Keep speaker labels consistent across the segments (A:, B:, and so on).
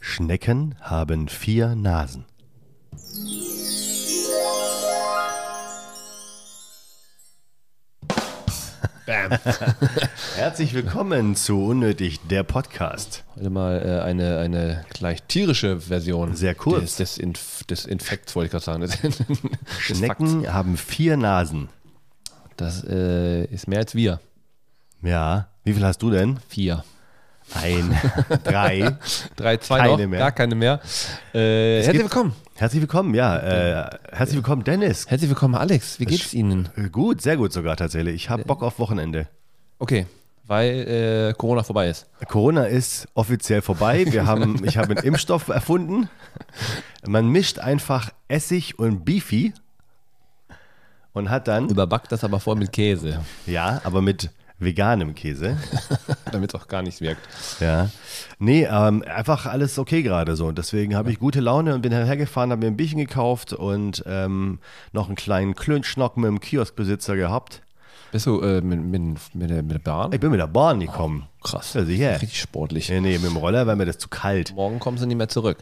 A: Schnecken haben vier Nasen.
B: Bam.
A: Herzlich willkommen zu Unnötig, der Podcast.
B: Heute mal äh, eine, eine gleich tierische Version.
A: Sehr kurz.
B: Des, des, Inf des Infekts, wollte ich gerade sagen. Des, des Fakts.
A: Schnecken haben vier Nasen.
B: Das äh, ist mehr als wir.
A: Ja, wie viel hast du denn?
B: Vier.
A: Ein, drei.
B: Drei, zwei
A: Keine
B: noch,
A: mehr.
B: gar keine mehr. Äh, herzlich
A: gibt-
B: willkommen.
A: Herzlich willkommen, ja. Äh, herzlich willkommen, Dennis.
B: Herzlich willkommen, Alex. Wie geht's Ihnen?
A: Äh, Gut, sehr gut sogar tatsächlich. Ich habe Bock auf Wochenende.
B: Okay, weil äh, Corona vorbei ist.
A: Corona ist offiziell vorbei. Wir haben, ich habe einen Impfstoff erfunden. Man mischt einfach Essig und Beefy und hat dann,
B: Überbackt das aber voll mit Käse,
A: ja, aber mit veganem Käse.
B: damit es auch gar nichts wirkt.
A: Ja. Nee, ähm, einfach alles okay gerade so. Und deswegen habe ich gute Laune und bin hergefahren, habe mir ein Bierchen gekauft und ähm, noch einen kleinen Klönschnock mit dem Kioskbesitzer gehabt.
B: Bist du äh, mit, mit, mit, der, mit der Bahn?
A: Ich bin mit der Bahn gekommen.
B: Oh, Krass.
A: Also hier.
B: Richtig sportlich.
A: Nee, nee, mit dem Roller war mir das zu kalt.
B: Morgen kommen sie nicht mehr zurück.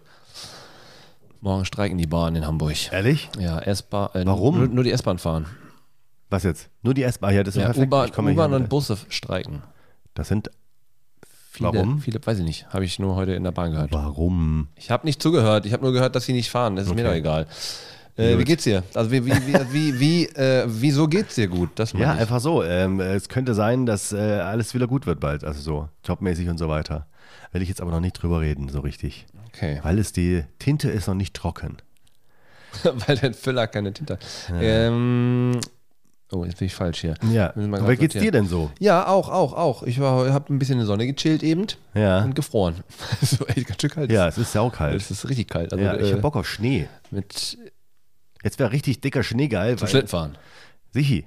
B: Morgen streiken die Bahnen in Hamburg.
A: Ehrlich?
B: Ja, S-Bahn. Äh,
A: Warum?
B: Nur, nur die S-Bahn fahren.
A: Was jetzt? Nur die S-Bahn. Ja, das ist
B: Ja,
A: perfekt.
B: U-Bahn
A: Ich komme hier
B: U-Bahn und
A: mit-
B: Busse streiken.
A: Das sind.
B: Viele,
A: Warum?
B: Viele, weiß ich nicht. Habe ich nur heute in der Bahn gehört.
A: Warum?
B: Ich habe nicht zugehört. Ich habe nur gehört, dass sie nicht fahren. Das ist mir doch egal. Äh, wie geht's dir? Also wie, wie, wie, wie, wie äh, wieso geht's dir gut? Das
A: Ja,
B: meine ich.
A: einfach so. Ähm, es könnte sein, dass äh, alles wieder gut wird bald. Also so, jobmäßig und so weiter. Will ich jetzt aber noch nicht drüber reden, so richtig.
B: Okay.
A: Weil es die Tinte ist noch nicht trocken.
B: Weil der Füller keine Tinte hat. Ähm, oh, jetzt bin ich falsch hier.
A: Ja.
B: Müssen wir grad
A: Aber wie geht's dir
B: sortieren.
A: denn so?
B: Ja, auch, auch, auch. Ich habe ein bisschen in der Sonne gechillt eben
A: Ja.
B: und gefroren. so echt ganz schön kalt.
A: Ja, es ist saukalt.
B: Es ist richtig kalt. Also,
A: Ja, ich
B: äh,
A: hab Bock auf Schnee.
B: mit
A: Jetzt wäre richtig dicker Schnee geil. Weil,
B: Schlittenfahren.
A: Sichi.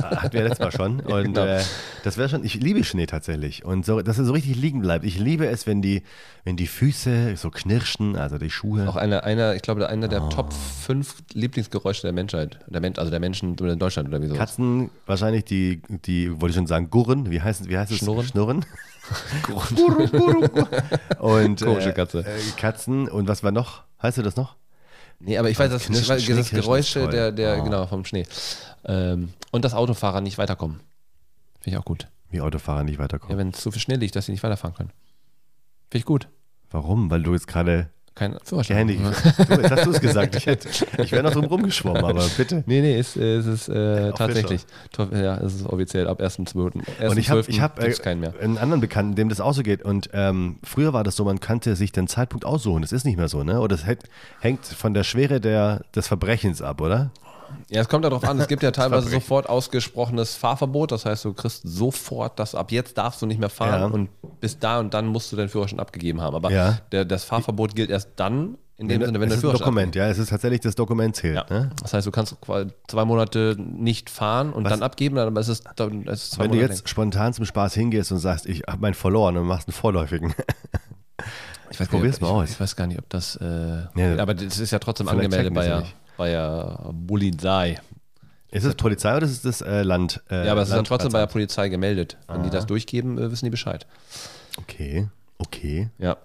A: Hatten wir letztes Mal schon. Und
B: genau.
A: äh, das wäre schon, ich liebe Schnee tatsächlich. Und so, dass er so richtig liegen bleibt. Ich liebe es, wenn die, wenn die Füße so knirschen, also die Schuhe.
B: Auch einer, einer, ich glaube, einer
A: Ah.
B: der Top 5 Lieblingsgeräusche der Menschheit. Der Mensch, also der Menschen in Deutschland oder wie so.
A: Katzen, wahrscheinlich die, die, wollte ich schon sagen, Gurren, wie heißt, wie heißt es?
B: Schnurren.
A: Schnurren. Gurru, gurru, gurru. Und
B: Komische
A: äh,
B: Katze.
A: Äh, Katzen und was war noch? Heißt du das noch?
B: Nee, aber ich weiß, das,
A: Knirschen,
B: ich weiß, das
A: Schneeknirschen ist
B: Geräusche
A: toll. Ah.
B: der, der genau, vom Schnee. Ähm, und dass Autofahrer nicht weiterkommen. Finde ich auch gut.
A: Wie Autofahrer nicht weiterkommen.
B: Ja, wenn es zu viel Schnee liegt, dass sie nicht weiterfahren können. Finde ich gut.
A: Warum? Weil du jetzt gerade
B: Kein
A: Ja,
B: Führerschein.
A: Handy. Du, jetzt hast du es gesagt. Ich, hätte- ich wäre noch drum rumgeschwommen, aber bitte.
B: Nee, nee, es, es ist äh,
A: Official.
B: tatsächlich. To- Ja, es ist offiziell ab 1.12.
A: Und ich habe
B: 1.12.
A: ich hab, äh,
B: gibt's keinen mehr.
A: einen anderen Bekannten, dem das auch so geht. Und ähm, früher war das so, man kannte sich den Zeitpunkt aussuchen. Das ist nicht mehr so, ne? Oder es hätt- hängt von der Schwere der, des Verbrechens ab, oder?
B: Ja, es kommt darauf an, es gibt ja teilweise
A: Verbrechen.
B: sofort ausgesprochenes Fahrverbot. Das heißt, du kriegst sofort, dass ab jetzt darfst du nicht mehr fahren
A: Ja.
B: und bis da und dann musst du deinen Führerschein abgegeben haben. Aber
A: Ja.
B: der, das Fahrverbot gilt erst dann, in dem Sinne, wenn
A: es
B: du
A: ist ein Dokument, ja. Es ist tatsächlich, das Dokument zählt.
B: abgibst. Ja.
A: Ne?
B: Das heißt, du kannst quasi zwei Monate nicht fahren und dann abgeben, dann ist es, dann ist es zwei
A: Wenn du
B: Monate
A: jetzt spontan zum Spaß hingehst und sagst, ich habe meinen verloren und machst einen vorläufigen.
B: länger. ich weiß
A: probier's
B: gar nicht, ob-
A: mal aus.
B: ich, Ich weiß gar nicht, ob das. Äh,
A: Nee.
B: aber das ist ja trotzdem
A: Vielleicht
B: angemeldet
A: checken die
B: bei
A: sie
B: der,
A: nicht.
B: bei der Polizei.
A: ist es Polizei oder ist es das äh, Land? Äh,
B: Ja, aber es ist dann
A: Land-
B: trotzdem bei der Polizei gemeldet. Wenn die das durchgeben, äh, wissen die Bescheid.
A: Okay, okay.
B: Ja.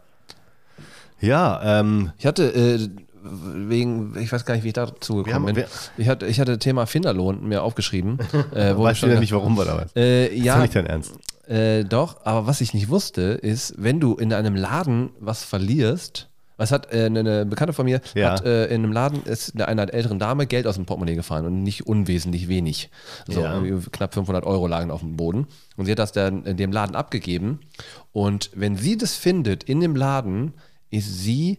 A: Ja, ähm,
B: Ich hatte äh, wegen, ich weiß gar nicht, wie ich dazu
A: haben-
B: gekommen bin.
A: wir-
B: Ich hatte, ich hatte Thema Finderlohn mir aufgeschrieben. äh, wo
A: weißt du
B: wir
A: ja
B: schon-
A: nicht, warum war da was?
B: Äh,
A: Ist doch
B: ja,
A: nicht dein Ernst.
B: äh, doch, aber was ich nicht wusste, ist, wenn du in einem Laden was verlierst, was hat äh, eine- eine Bekannte von mir,
A: Ja.
B: hat äh, in einem Laden ist eine- einer älteren Dame Geld aus dem Portemonnaie gefahren und nicht unwesentlich wenig. So
A: Ja.
B: irgendwie knapp 500 Euro lagen auf dem Boden. Und sie hat das dann in dem Laden abgegeben. Und wenn sie das findet in dem Laden, ist sie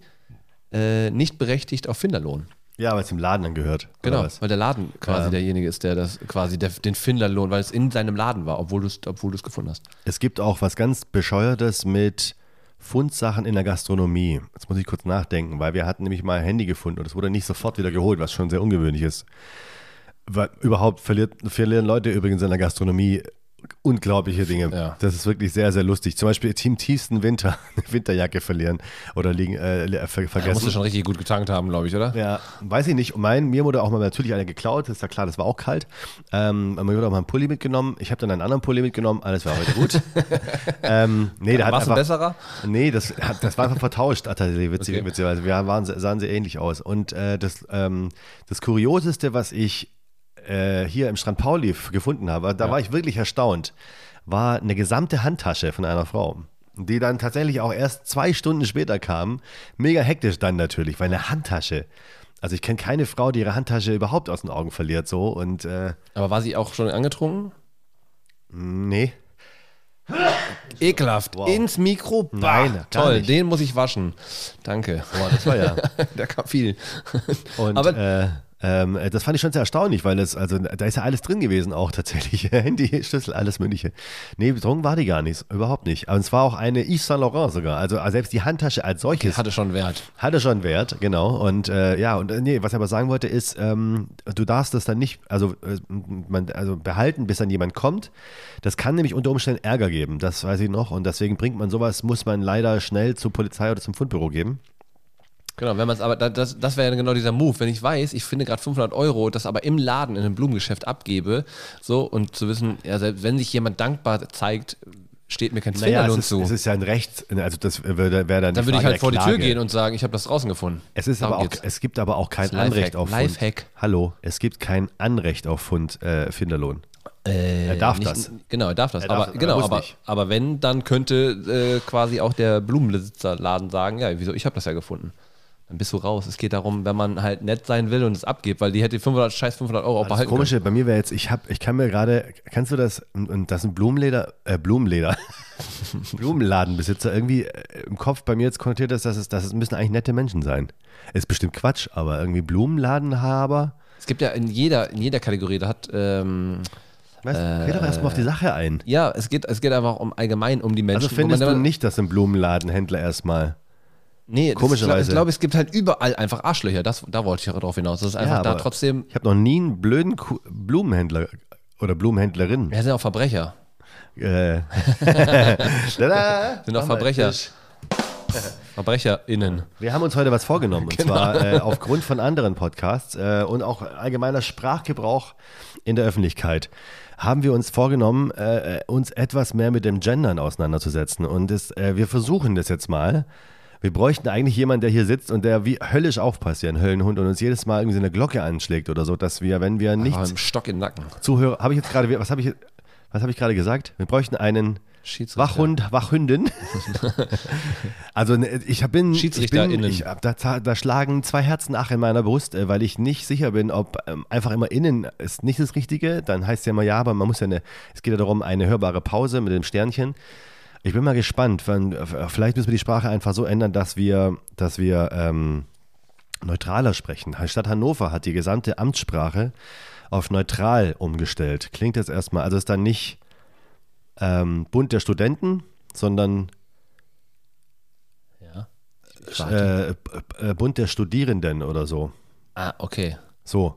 B: äh, nicht berechtigt auf Finderlohn.
A: Ja, weil es dem Laden angehört. oder
B: Genau,
A: was?
B: weil der Laden quasi derjenige ist, der das quasi der, den Finderlohn, weil es in seinem Laden war, obwohl du es obwohl du's gefunden hast.
A: Es gibt auch was ganz Bescheuertes mit Fundsachen in der Gastronomie. Jetzt muss ich kurz nachdenken, weil wir hatten nämlich mal ein Handy gefunden und es wurde nicht sofort wieder geholt, was schon sehr ungewöhnlich ist. Weil überhaupt verliert, verlieren Leute übrigens in der Gastronomie unglaubliche Dinge.
B: Ja.
A: Das ist wirklich sehr, sehr lustig. Zum Beispiel Team tiefsten Winter, eine Winterjacke verlieren oder liegen, äh, ver
B: Da musst du
A: vergessen.
B: schon richtig gut getankt haben, glaube ich, oder?
A: Ja, weiß ich nicht. Und Mein, mir wurde auch mal natürlich einer geklaut, ist ja klar, das war auch kalt. Ähm, mir wurde auch mal ein Pulli mitgenommen. Ich habe dann einen anderen Pulli mitgenommen, alles war heute gut. ähm, nee, der hat
B: Warst du
A: einfach,
B: ein besserer?
A: Nee, das, hat- das war einfach vertauscht, tatsächlich, witzig,
B: Okay.
A: witzigerweise. Wir waren, sahen sie ähnlich aus. Und äh, das, ähm, das Kurioseste, was ich äh, hier im Strand Pauli f- gefunden habe, da war ich wirklich erstaunt, war eine gesamte Handtasche von einer Frau. Die dann tatsächlich auch erst zwei Stunden später kam. Mega hektisch dann natürlich, weil eine Handtasche. Also ich kenne keine Frau, die ihre Handtasche überhaupt aus den Augen verliert so. Und äh,
B: Aber war sie auch schon angetrunken?
A: nee.
B: Ekelhaft. Ins Mikro. Bah,
A: Nein, gar
B: Toll,
A: nicht.
B: den muss ich waschen. Danke.
A: Boah, das war ja.
B: da kam viel.
A: Und
B: Aber
A: äh, ähm, das fand ich schon sehr erstaunlich, weil es, also da ist ja alles drin gewesen auch tatsächlich. Handy, Schlüssel, alles Mögliche. Nee, betrunken war die gar nicht, überhaupt nicht. Und es war auch eine Yves Saint Laurent sogar. Also selbst die Handtasche als solches
B: hatte schon Wert.
A: hatte schon Wert, genau. Und äh, ja, und äh, nee, was ich aber sagen wollte ist, ähm, du darfst das dann nicht, also, äh, man, also behalten, bis dann jemand kommt. Das kann nämlich unter Umständen Ärger geben, das weiß ich noch. Und deswegen bringt man sowas, muss man leider schnell zur Polizei oder zum Fundbüro geben.
B: Genau, wenn man es aber, da- das, das wäre ja genau dieser Move, wenn ich weiß, ich finde gerade 500 Euro, das aber im Laden, in einem Blumengeschäft abgebe, so und zu wissen, ja, selbst wenn sich jemand dankbar zeigt, steht mir kein Finderlohn
A: es ist,
B: zu.
A: es ist ja ein Recht, also das würde, wäre dann die
B: dann würde ich
A: Frage
B: halt
A: der
B: vor die Tür
A: Klage.
B: gehen und sagen, ich habe das draußen gefunden.
A: Es, ist
B: Darum
A: aber auch,
B: geht's.
A: es gibt aber auch kein
B: Lifehack.
A: Anrecht auf Fund.
B: Lifehack.
A: Hallo, es gibt kein Anrecht auf Fund, äh, Finderlohn.
B: Äh,
A: er darf
B: nicht-
A: das.
B: Genau, er darf das.
A: Er darf-
B: aber,
A: er
B: genau,
A: muss
B: aber,
A: nicht.
B: aber wenn, dann könnte äh, quasi auch der Blumenbesitzerladen sagen, ja, wieso, ich habe das ja gefunden. Dann bist du raus. Es geht darum, wenn man halt nett sein will und es abgibt, weil die hätte 500, scheiß 500 Euro auch
A: Das
B: behalten können.
A: Komische bei mir wäre jetzt, ich hab, ich kann mir gerade, kannst du das, und- und das ist ein Blumenleder, äh, Blumenleder, Blumenladenbesitzer irgendwie äh, im Kopf bei mir jetzt konnotiert ist, dass es, dass es müssen eigentlich nette Menschen sein. Ist bestimmt Quatsch, aber irgendwie Blumenladenhaber,
B: Es gibt ja in jeder, in jeder Kategorie, da hat, ähm,
A: weißt,
B: Äh,
A: geh doch erstmal auf die Sache ein.
B: ja, es geht, es geht einfach um allgemein um die Menschen.
A: Also
B: wo
A: findest
B: man
A: du
B: immer-
A: nicht, dass ein Blumenladenhändler erstmal
B: Nee, das-
A: Komischerweise.
B: Ich glaube, es gibt halt überall einfach Arschlöcher. Das, da wollte ich darauf hinaus. Das ist einfach da
A: aber
B: trotzdem,
A: Ich habe noch nie einen blöden Ku Blumenhändler oder Blumenhändlerin.
B: wir sind auch Verbrecher.
A: Äh. Tada!
B: Sind auch Verbrecher. VerbrecherInnen.
A: Wir haben uns heute was vorgenommen.
B: Genau.
A: Und zwar äh, aufgrund von anderen Podcasts äh, und auch allgemeiner Sprachgebrauch in der Öffentlichkeit haben wir uns vorgenommen, äh, äh, uns etwas mehr mit dem Gendern auseinanderzusetzen. Und das, äh, wir versuchen das jetzt mal. Wir bräuchten eigentlich jemanden, der hier sitzt und der wie höllisch aufpasst, wie ein Höllenhund, und uns jedes Mal irgendwie so eine Glocke anschlägt oder so, dass wir, wenn wir nicht
B: Aber im Stock im Nacken.
A: Zuhörer, habe ich jetzt gerade, was habe ich, was habe ich gerade gesagt? Wir bräuchten einen
B: Schiedsrichter.
A: Wachhund, Wachhündin. also ne, ich hab- bin, ich bin,
B: SchiedsrichterInnen.
A: ich, hab- da, za- da schlagen zwei Herzen nach in meiner Brust, äh, weil ich nicht sicher bin, ob ähm, einfach immer innen ist nicht das Richtige. Dann heißt es ja immer ja, aber man muss ja eine, es geht ja darum, eine hörbare Pause mit dem Sternchen. Ich bin mal gespannt, wann, äh, vielleicht müssen wir die Sprache einfach so ändern, dass wir, dass wir ähm, neutraler sprechen. Stadt Hannover hat die gesamte Amtssprache auf neutral umgestellt. Klingt jetzt erstmal, also ist dann nicht ähm, Bund der Studenten, sondern
B: Ja.
A: äh, äh, Bund der Studierenden oder so.
B: Ah, okay.
A: So.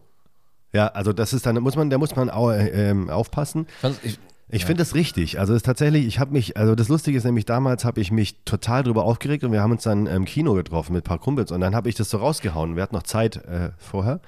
A: Ja, also das ist dann, muss man, da muss man au, ähm, aufpassen.
B: Ich fand's- Ich,
A: Ich finde das richtig. Also es ist tatsächlich, ich habe mich, also das Lustige ist nämlich, damals habe ich mich total drüber aufgeregt und wir haben uns dann im Kino getroffen mit ein paar Kumpels und dann habe ich das so rausgehauen. Wir hatten noch Zeit äh, vorher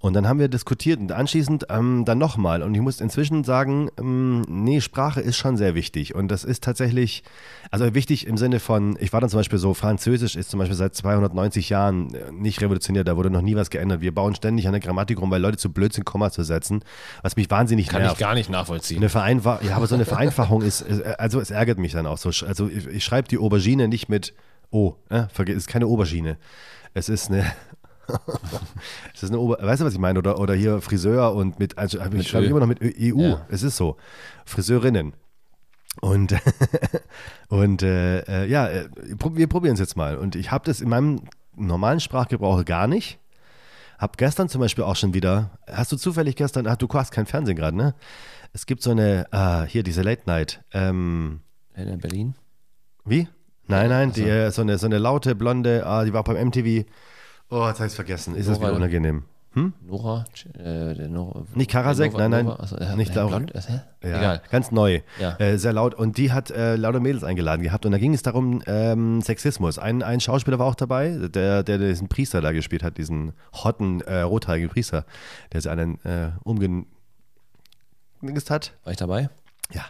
A: und dann haben wir diskutiert und anschließend ähm, dann nochmal und ich muss inzwischen sagen, ähm, nee, Sprache ist schon sehr wichtig und das ist tatsächlich, also wichtig im Sinne von, ich war dann zum Beispiel so, Französisch ist zum Beispiel seit 290 Jahren äh, nicht revolutioniert, da wurde noch nie was geändert. Wir bauen ständig an der Grammatik rum, weil Leute zu blöd sind, Komma zu setzen, was mich wahnsinnig
B: kann
A: nervt. Ne-
B: ich gar nicht nachvollziehen.
A: Eine Vereinfachung, ja, aber so eine Vereinfachung ist, ist- also es ärgert mich dann auch so. Sch- Also ich, ich schreibe die Aubergine nicht mit O, ne? Verge- es ist keine Aubergine. Es ist eine, es ist eine Ober, weißt du, was ich meine? Oder, oder hier Friseur und mit, also hab ich schreibe
B: Ö.
A: immer noch mit Ö- EU,
B: Ja.
A: es ist so. Friseurinnen. Und, und äh, äh, ja, äh, prob- wir probieren es jetzt mal. Und ich habe das in meinem normalen Sprachgebrauch gar nicht. Hab gestern zum Beispiel auch schon wieder, hast du zufällig gestern, ach, du hast kein Fernsehen gerade, ne? Es gibt so eine, ah, hier diese Late Night, ähm,
B: In Berlin?
A: wie? Nein, nein,
B: Also.
A: die, äh, so, eine, so eine laute, blonde, ah, die war beim MTV. Oh, jetzt habe ich vergessen. Ist das wieder
B: Woran?
A: unangenehm?
B: Hm? Nora? Äh, der Nora
A: Nicht Karasek,
B: Nora-
A: nein, nein.
B: Nora? Achso, äh,
A: Nicht
B: äh,
A: Laura.
B: Blond? Äh, hä?
A: Ja,
B: Egal.
A: Ganz neu.
B: Ja.
A: Äh, sehr laut. Und die hat äh, laute Mädels eingeladen gehabt. Und da ging es darum, ähm, Sexismus. Ein, ein Schauspieler war auch dabei, der, der diesen Priester da gespielt hat, diesen hotten, äh, rothaarigen Priester, der sie einen äh, umgenügst hat.
B: War ich dabei?
A: Ja.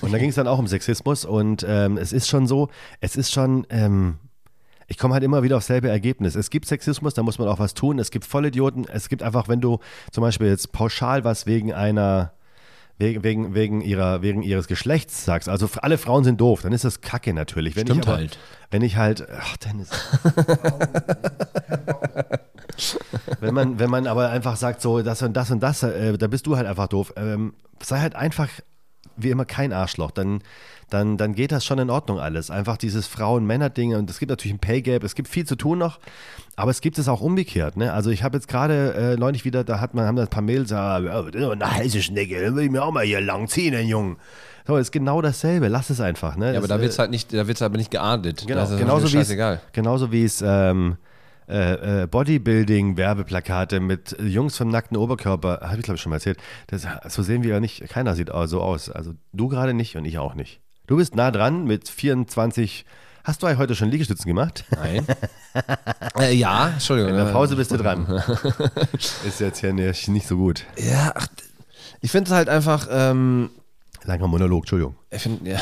A: und da ging es dann auch um Sexismus und ähm, es ist schon so, es ist schon, ähm, ich komme halt immer wieder aufs selbe Ergebnis. Es gibt Sexismus, da muss man auch was tun. Es gibt Vollidioten, es gibt einfach, wenn du zum Beispiel jetzt pauschal was wegen einer Wegen, wegen, wegen, ihrer, wegen ihres Geschlechts sagst. Also f- alle Frauen sind doof, dann ist das Kacke natürlich. Wenn
B: Stimmt
A: ich aber,
B: halt.
A: Wenn ich halt, ach Dennis. wenn, man, wenn man aber einfach sagt, so das und das und das, äh, da bist du halt einfach doof. Ähm, sei halt einfach wie immer kein Arschloch, dann, dann, dann geht das schon in Ordnung alles. Einfach dieses Frauen-Männer-Ding und es gibt natürlich ein Pay Gap, es gibt viel zu tun noch, aber es gibt es auch umgekehrt. Ne? Also ich habe jetzt gerade äh, neulich wieder, da hat man, haben da ein paar Mädels, ah, ja, das ist doch eine heiße Schnecke, dann will ich mir auch mal hier langziehen, den Jungen. So, ist genau dasselbe, lass es einfach. Ne?
B: Ja, aber
A: Das,
B: da wird's halt nicht, da wird's aber nicht geahndet.
A: Genau,
B: das ist
A: genauso wie es,
B: scheißegal.
A: genauso wie es ähm, äh, äh, Bodybuilding-Werbeplakate mit Jungs vom nackten Oberkörper, habe ich glaube ich schon mal erzählt, das, so sehen wir ja nicht, keiner sieht au- so aus. Also du gerade nicht und ich auch nicht. Du bist nah dran mit 24, hast du eigentlich heute schon Liegestützen gemacht?
B: Nein. äh, ja, Entschuldigung.
A: In der Pause bist du dran. Ist jetzt hier nicht nicht so gut.
B: Ja, ach, ich finde es halt einfach, ähm,
A: Langer Monolog, Entschuldigung.
B: ich finde, ja,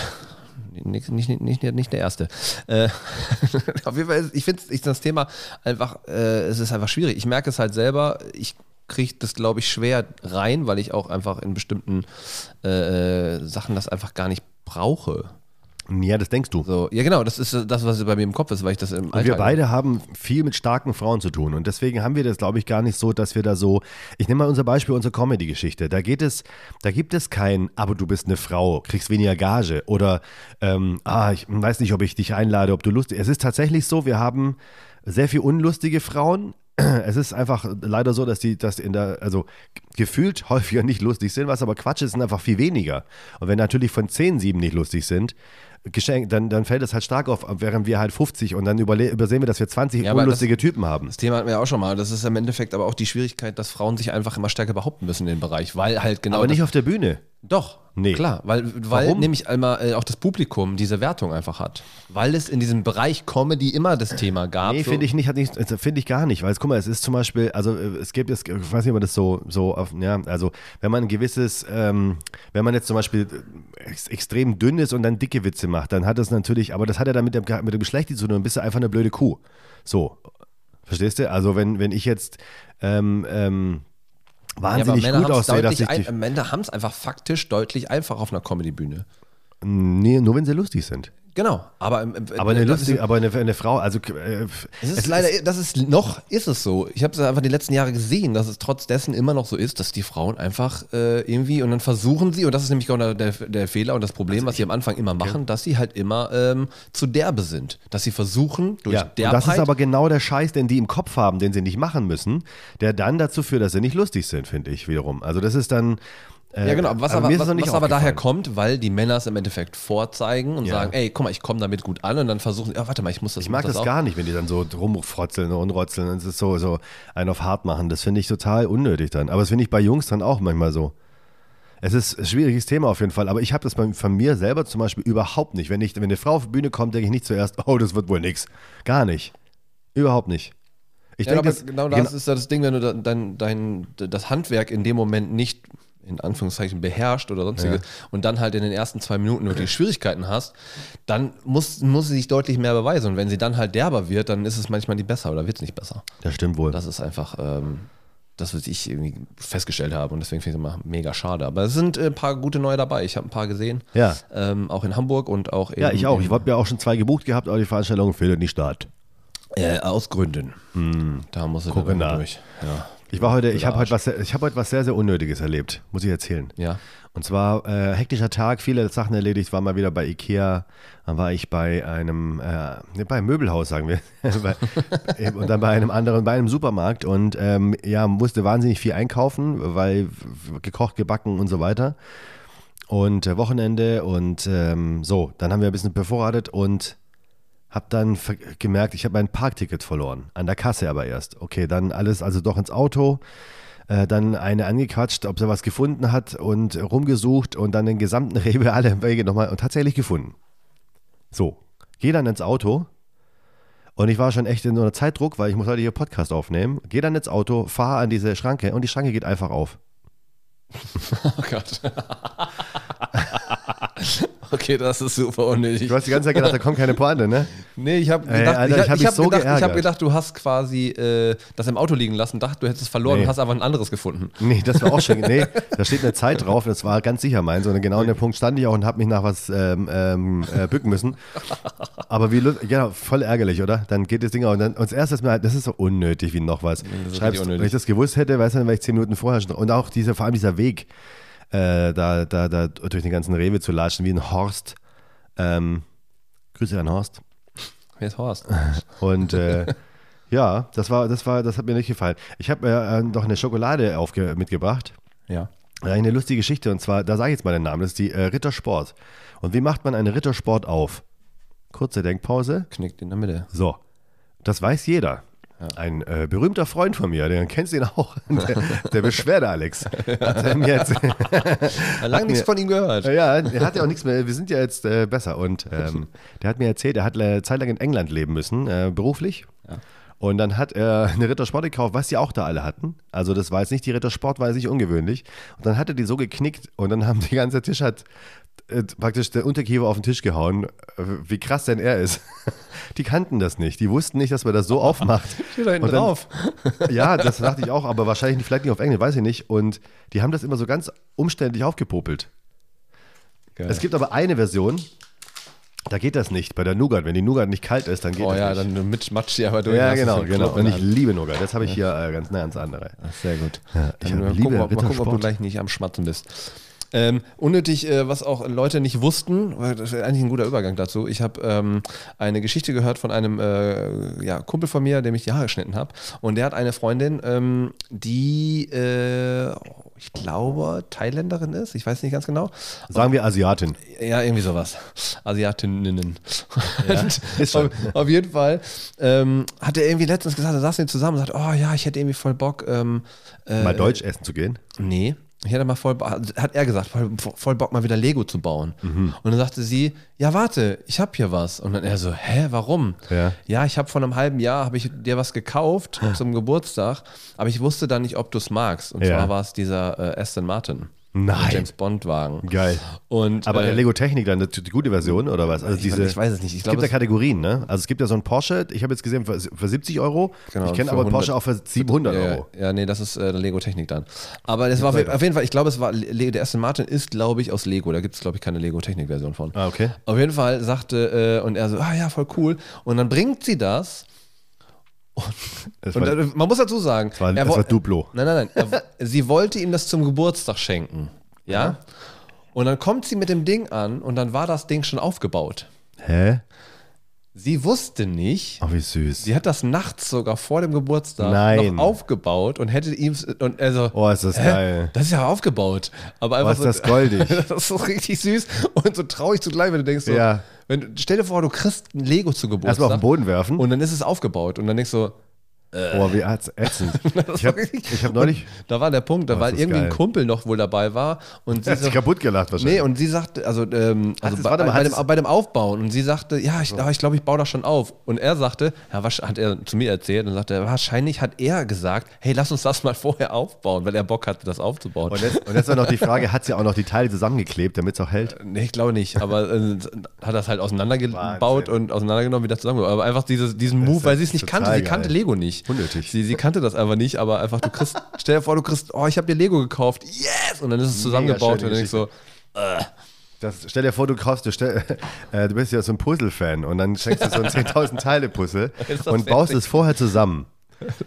B: nicht, nicht, nicht, nicht, nicht der erste. Äh, auf jeden Fall, ist, ich finde ich, das Thema einfach, äh, es ist einfach schwierig. Ich merke es halt selber, ich kriege das, glaube ich, schwer rein, weil ich auch einfach in bestimmten äh, äh, Sachen das einfach gar nicht brauche.
A: Ja, das denkst du.
B: So, ja, genau, das ist das, was bei mir im Kopf ist, weil ich das im
A: Und wir
B: Alltag- ne?
A: beide haben viel mit starken Frauen zu tun. Und deswegen haben wir das, glaube ich, gar nicht so, dass wir da so. Ich nehme mal unser Beispiel, unsere Comedy-Geschichte. Da geht es, da gibt es kein, aber du bist eine Frau, kriegst weniger Gage. Oder ähm, ah, ich weiß nicht, ob ich dich einlade, ob du Lust. Es ist tatsächlich so, wir haben sehr viel unlustige Frauen. Es ist einfach leider so, dass die das in der, also gefühlt häufiger nicht lustig sind, was aber Quatsch ist, sind einfach viel weniger. Und wenn natürlich von 10 sieben nicht lustig sind, geschenkt, dann, dann fällt es halt stark auf, während wir halt 50 und dann überle übersehen wir, dass wir 20
B: Ja, aber
A: unlustige Typen haben.
B: Das Thema hatten wir ja auch schon mal. Das ist im Endeffekt aber auch die Schwierigkeit, dass Frauen sich einfach immer stärker behaupten müssen in dem Bereich, weil halt genau.
A: Aber nicht
B: das,
A: auf der Bühne.
B: doch,
A: Nee.
B: klar. Weil, weil
A: Warum?
B: nämlich einmal äh, auch das Publikum diese Wertung einfach hat. Weil es in diesem Bereich Comedy immer das Thema gab.
A: Nee,
B: so-
A: finde ich nicht, hat nicht, also finde ich gar nicht, weil es, guck mal, es ist zum Beispiel, also äh, es gibt, es, ich weiß nicht, ob man das so, so, auf, ja, also wenn man ein gewisses, ähm, wenn man jetzt zum Beispiel äh, ex extrem dünn ist und dann dicke Witze macht, dann hat das natürlich, aber das hat ja dann mit dem, mit dem Geschlecht nichts zu tun, dann bist du einfach eine blöde Kuh. So, verstehst du? Also wenn, wenn ich jetzt, ähm, ähm,
B: Ja, aber
A: wahnsinnig
B: Männer
A: gut
B: haben's
A: aussehe, dass
B: deutlich
A: ich dich,
B: ein- Männer haben es einfach faktisch deutlich einfach auf einer Comedy-Bühne.
A: nee, nur wenn sie lustig sind.
B: Genau. Aber, im, im,
A: Aber eine,
B: das
A: lustige,
B: Ist,
A: aber eine, eine Frau, also äh,
B: es ist leider, das ist noch, ist es so. Ich habe es einfach die letzten Jahre gesehen, dass es trotz dessen immer noch so ist, dass die Frauen einfach äh, irgendwie und dann versuchen sie, und das ist nämlich genau der, der Fehler und das Problem,
A: Also
B: was sie am Anfang immer machen, dass sie halt immer ähm, zu derbe sind. Dass sie versuchen, durch
A: Ja, und
B: Derbheit.
A: das ist aber genau der Scheiß, den die im Kopf haben, den sie nicht machen müssen, der dann dazu führt, dass sie nicht lustig sind, finde ich wiederum. Also das ist dann äh,
B: Ja, genau. Aber was aber,
A: mir ist es
B: was,
A: noch nicht
B: was aber daher
A: aufgefallen.
B: kommt, weil die Männer es im Endeffekt vorzeigen und
A: Ja.
B: sagen, ey, guck mal, ich komme damit gut an und dann versuchen, ja, warte mal, ich muss das
A: Ich mag
B: muss
A: das,
B: auch.
A: gar nicht, wenn die dann so rumfrotzeln und rumrotzeln und es ist so, so einen auf hart machen. Das finde ich total unnötig dann. Aber das finde ich bei Jungs dann auch manchmal so. Es ist ein schwieriges Thema auf jeden Fall, aber ich habe das bei- von mir selber zum Beispiel überhaupt nicht. Wenn, ich, wenn eine Frau auf die Bühne kommt, denke ich nicht zuerst, oh, das wird wohl nix. Gar nicht. Überhaupt nicht. Ich
B: Ja,
A: denke,
B: aber
A: das-
B: genau das ist ja das Ding, wenn du da- dein, dein, das Handwerk in dem Moment nicht in Anführungszeichen beherrscht oder sonstiges und dann halt in den ersten zwei Minuten wirklich Schwierigkeiten hast, dann muss, muss sie sich deutlich mehr beweisen. Und wenn sie dann halt derber wird, dann ist es manchmal nicht besser oder wird es nicht besser.
A: das stimmt wohl.
B: Das ist einfach ähm, das, was ich irgendwie festgestellt habe und deswegen finde ich es immer mega schade. Aber es sind äh, ein paar gute neue dabei. Ich habe ein paar gesehen.
A: Ja.
B: Ähm, auch in Hamburg und auch in,
A: Ja, ich auch.
B: in
A: Ich habe ja auch schon zwei gebucht gehabt, aber die Veranstaltung findet nicht statt.
B: äh, aus Gründen. Da muss ich
A: Hm. da.
B: durch. Ja.
A: Ich war heute, ich habe
B: Arsch.
A: heute was, ich habe heute was sehr, sehr Unnötiges erlebt, muss ich erzählen.
B: ja.
A: Und zwar äh, hektischer Tag, viele Sachen erledigt, war mal wieder bei Ikea, dann war ich bei einem, äh, ne, bei einem Möbelhaus, sagen wir, bei, und dann bei einem anderen, bei einem Supermarkt und ähm, ja, musste wahnsinnig viel einkaufen, weil w- gekocht, gebacken und so weiter und äh, Wochenende und ähm, so, dann haben wir ein bisschen bevorratet und Hab dann ver- gemerkt, ich habe mein Parkticket verloren. An der Kasse aber erst. Okay, dann alles also doch ins Auto. Äh, Dann eine angequatscht, ob sie was gefunden hat und rumgesucht und dann den gesamten Rewe alle Wege nochmal und tatsächlich gefunden. So, geh dann ins Auto und ich war schon echt in so einer Zeitdruck, weil ich muss heute hier Podcast aufnehmen. Geh dann ins Auto, fahr an diese Schranke und die Schranke geht einfach auf.
B: Oh Gott. okay, das ist super unnötig.
A: Du hast die ganze Zeit gedacht, da kommt keine Pointe, ne?
B: Nee, ich habe
A: Ey,
B: gedacht,
A: Alter,
B: ich,
A: ich
B: hab-
A: hab
B: ich
A: mich
B: hab
A: so
B: gedacht, ich hab
A: geärgert.
B: gedacht, du hast quasi äh, das im Auto liegen lassen, dacht, du hättest es verloren
A: Nee.
B: und hast aber ein anderes gefunden.
A: Nee, das war auch schon. Nee, da steht eine Zeit drauf, das war ganz sicher meins. Und genau an dem Punkt stand ich auch und habe mich nach was ähm, ähm, äh, bücken müssen. Aber wie, lu- ja, voll ärgerlich, oder? Dann geht das Ding auch. Und dann, uns erstes Mal, das ist so unnötig wie noch was.
B: das ist
A: Schreibst,
B: richtig
A: wenn
B: unnötig.
A: ich das gewusst hätte, weißt du, dann wäre ich zehn Minuten vorher schon. Und auch dieser, vor allem dieser Weg, äh, da, da, da durch den ganzen Rewe zu latschen, wie ein Horst. Ähm, Grüße an Horst.
B: Wer ist Horst?
A: Und äh, ja, das war, das war, das hat mir nicht gefallen. Ich habe äh, noch eine Schokolade aufge mitgebracht.
B: Ja.
A: Ja, Eine lustige Geschichte und zwar, da sage ich jetzt mal den Namen, das ist die äh, Rittersport. Und wie macht man einen Rittersport auf? Kurze Denkpause.
B: Knickt in der Mitte.
A: So, das weiß jeder. Ein äh, berühmter Freund von mir, der kennst ihn auch, der, der Beschwerde Alex. Hat er mir jetzt,
B: Lange nichts
A: mir-
B: von ihm gehört.
A: ja, er hat ja auch nichts mehr, wir sind ja jetzt äh, besser. Und ähm, der hat mir erzählt, er hat eine Zeit lang in England leben müssen, äh, beruflich. Und dann hat er eine Rittersport gekauft, was die auch da alle hatten. Also das war jetzt nicht die Rittersport, war jetzt nicht ungewöhnlich. Und dann hat er die so geknickt und dann haben die ganze Tisch hat äh, praktisch der Unterkiefer auf den Tisch gehauen, äh, wie krass denn er ist. Die kannten das nicht, die wussten nicht, dass man das so aufmacht.
B: Steht da hinten
A: Und dann-
B: drauf.
A: ja, das dachte ich auch, aber wahrscheinlich vielleicht nicht auf Englisch, weiß ich nicht. Und die haben das immer so ganz umständlich aufgepopelt.
B: Geil.
A: Es gibt aber eine Version, da geht das nicht. Bei der Nougat, wenn die Nougat nicht kalt ist, dann geht
B: Oh
A: das
B: ja,
A: nicht.
B: dann mitmatscht ihr aber durch.
A: ja,
B: hast du
A: genau,
B: so einen
A: genau.
B: Club ne?
A: Und
B: in
A: ich
B: der
A: liebe Nougat. Jetzt habe ich hier äh, ganz nah ans andere.
B: Hand. Sehr gut.
A: ich
B: Dann
A: hab
B: mal
A: liebe
B: gucken, ob, mal gucken, ob du
A: Rittersport.
B: gleich nicht am Schmatzen bist. Ähm, unnötig, äh, was auch Leute nicht wussten, weil das ist eigentlich ein guter Übergang dazu. Ich habe ähm, eine Geschichte gehört von einem äh, ja, Kumpel von mir, dem ich die Haare geschnitten habe. Und der hat eine Freundin, ähm, die, äh, ich glaube, Thailänderin ist. Ich weiß nicht ganz genau.
A: Sagen wir Asiatin.
B: Ja, irgendwie sowas. Asiatinnen. Und
A: ist schon.
B: Auf, auf jeden Fall ähm, hat er irgendwie letztens gesagt, da saßen wir zusammen und sagt, oh ja, ich hätte irgendwie voll Bock. Ähm, äh,
A: Mal Deutsch essen zu gehen.
B: Nee, ich hätte mal voll, Bo- hat er gesagt, voll, voll Bock mal wieder Lego zu bauen.
A: Mhm.
B: Und dann sagte sie, ja warte, ich habe hier was. Und dann er so, hä, warum?
A: Ja.
B: ja ich habe vor einem halben Jahr, habe ich dir was gekauft zum Geburtstag, aber ich wusste dann nicht, ob du es magst. Und
A: Ja.
B: zwar war es dieser äh, Aston Martin.
A: Nein.
B: James Bond Wagen.
A: Geil.
B: Und,
A: Aber
B: äh,
A: der Lego Technik dann, die die gute Version oder was? Also diese,
B: ich weiß es nicht. Ich
A: es
B: glaube,
A: gibt ja
B: es-
A: Kategorien, ne? Also es gibt ja so einen Porsche, ich habe jetzt gesehen, für, für 70 Euro.
B: Genau,
A: ich kenne
B: für
A: aber
B: 100.
A: Porsche auch für 700
B: Ja,
A: Euro.
B: Ja, ja, nee, das ist äh, Lego Technik dann. Aber das war auf,
A: leider.
B: auf jeden Fall, ich glaube, es war Le der erste Martin ist, glaube ich, aus Lego. Da gibt es, glaube ich, keine Lego Technik Version von.
A: Ah, okay.
B: Auf jeden Fall sagte äh, und er so, ah ja, voll cool. Und dann bringt sie das.
A: Das
B: Und
A: war,
B: dann, man muss dazu sagen,
A: war-
B: er
A: das
B: wo-
A: war Duplo.
B: Nein, nein, nein. Er, sie wollte ihm das zum Geburtstag schenken. Ja. Und dann kommt sie mit dem Ding an und dann war das Ding schon aufgebaut.
A: hä?
B: Sie wusste nicht,
A: Oh, wie süß.
B: Sie hat das nachts sogar vor dem Geburtstag
A: Nein.
B: noch aufgebaut und hätte ihm und also
A: Oh, ist das
B: hä?
A: geil.
B: Das ist ja aufgebaut, aber einfach
A: Was
B: so,
A: ist das goldig?
B: das ist so richtig süß und so traurig zugleich, wenn du denkst so,
A: Ja.
B: wenn du- stell dir vor, du kriegst ein Lego zu Geburtstag
A: Erstmal auf den Boden werfen.
B: und dann ist es aufgebaut und dann denkst du,
A: Boah, wie ätz- ätzend.
B: das
A: Ich habe
B: war richtig-
A: hab neulich
B: da war der Punkt, da war
A: ist
B: irgendwie ein
A: geil.
B: Kumpel noch wohl dabei war und sie
A: hat
B: so,
A: sich kaputt gelacht wahrscheinlich.
B: Nee, und sie sagte, also, ähm, also
A: es-
B: bei,
A: warte mal,
B: bei,
A: hat
B: dem,
A: es-
B: bei dem Aufbauen. Und sie sagte, ja, ich, ah, ich glaube, ich baue das schon auf. Und er sagte, ja, was, hat er zu mir erzählt, und sagte, er, wahrscheinlich hat er gesagt, hey, lass uns das mal vorher aufbauen, weil er Bock hatte, das aufzubauen.
A: Und jetzt, und jetzt war noch die Frage, hat sie auch noch die Teile zusammengeklebt, damit es auch hält?
B: Nee, ich glaube nicht, aber äh, hat das halt auseinandergebaut
A: Wahnsinn.
B: und auseinandergenommen, wieder zusammengebaut. Aber einfach dieses, diesen Move,
A: ist
B: weil sie es nicht
A: total
B: kannte. Sie kannte
A: geil.
B: Lego nicht.
A: Unnötig.
B: Sie, sie kannte das einfach nicht, aber einfach, du kriegst, stell dir vor, du kriegst, oh, ich habe dir Lego gekauft, yes! Und dann ist es zusammengebaut
A: schöne
B: und dann denkst so,
A: Das, stell dir vor, du kaufst, du, stell, äh, du bist ja so ein Puzzle-Fan und dann schenkst du so ein 10.000 Teile-Puzzle
B: Ist das
A: und baust
B: witzig.
A: es vorher zusammen.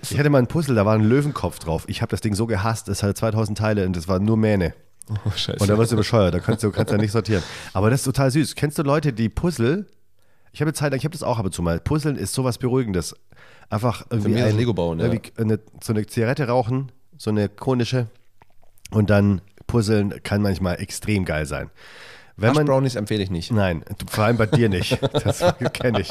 A: Ich hatte mal ein Puzzle, da war ein Löwenkopf drauf. Ich habe das Ding so gehasst, es hatte 2000 Teile und es war nur Mähne.
B: oh, scheiße.
A: Und da wirst du bescheuert, da kannst du kannst ja nicht sortieren. Aber das ist total süß. Kennst du Leute, die Puzzle? Ich habe eine Zeit lang, ich habe das auch ab und zu mal. Puzzeln ist sowas Beruhigendes. Einfach irgendwie
B: mich ist
A: ein-
B: Lego bauen, ja.
A: irgendwie eine, so eine Zigarette rauchen, so eine konische und dann Puzzeln kann manchmal extrem geil sein. Wenn man,
B: Brownies empfehle ich nicht.
A: Nein, du- vor allem bei dir nicht. Das kenne ich.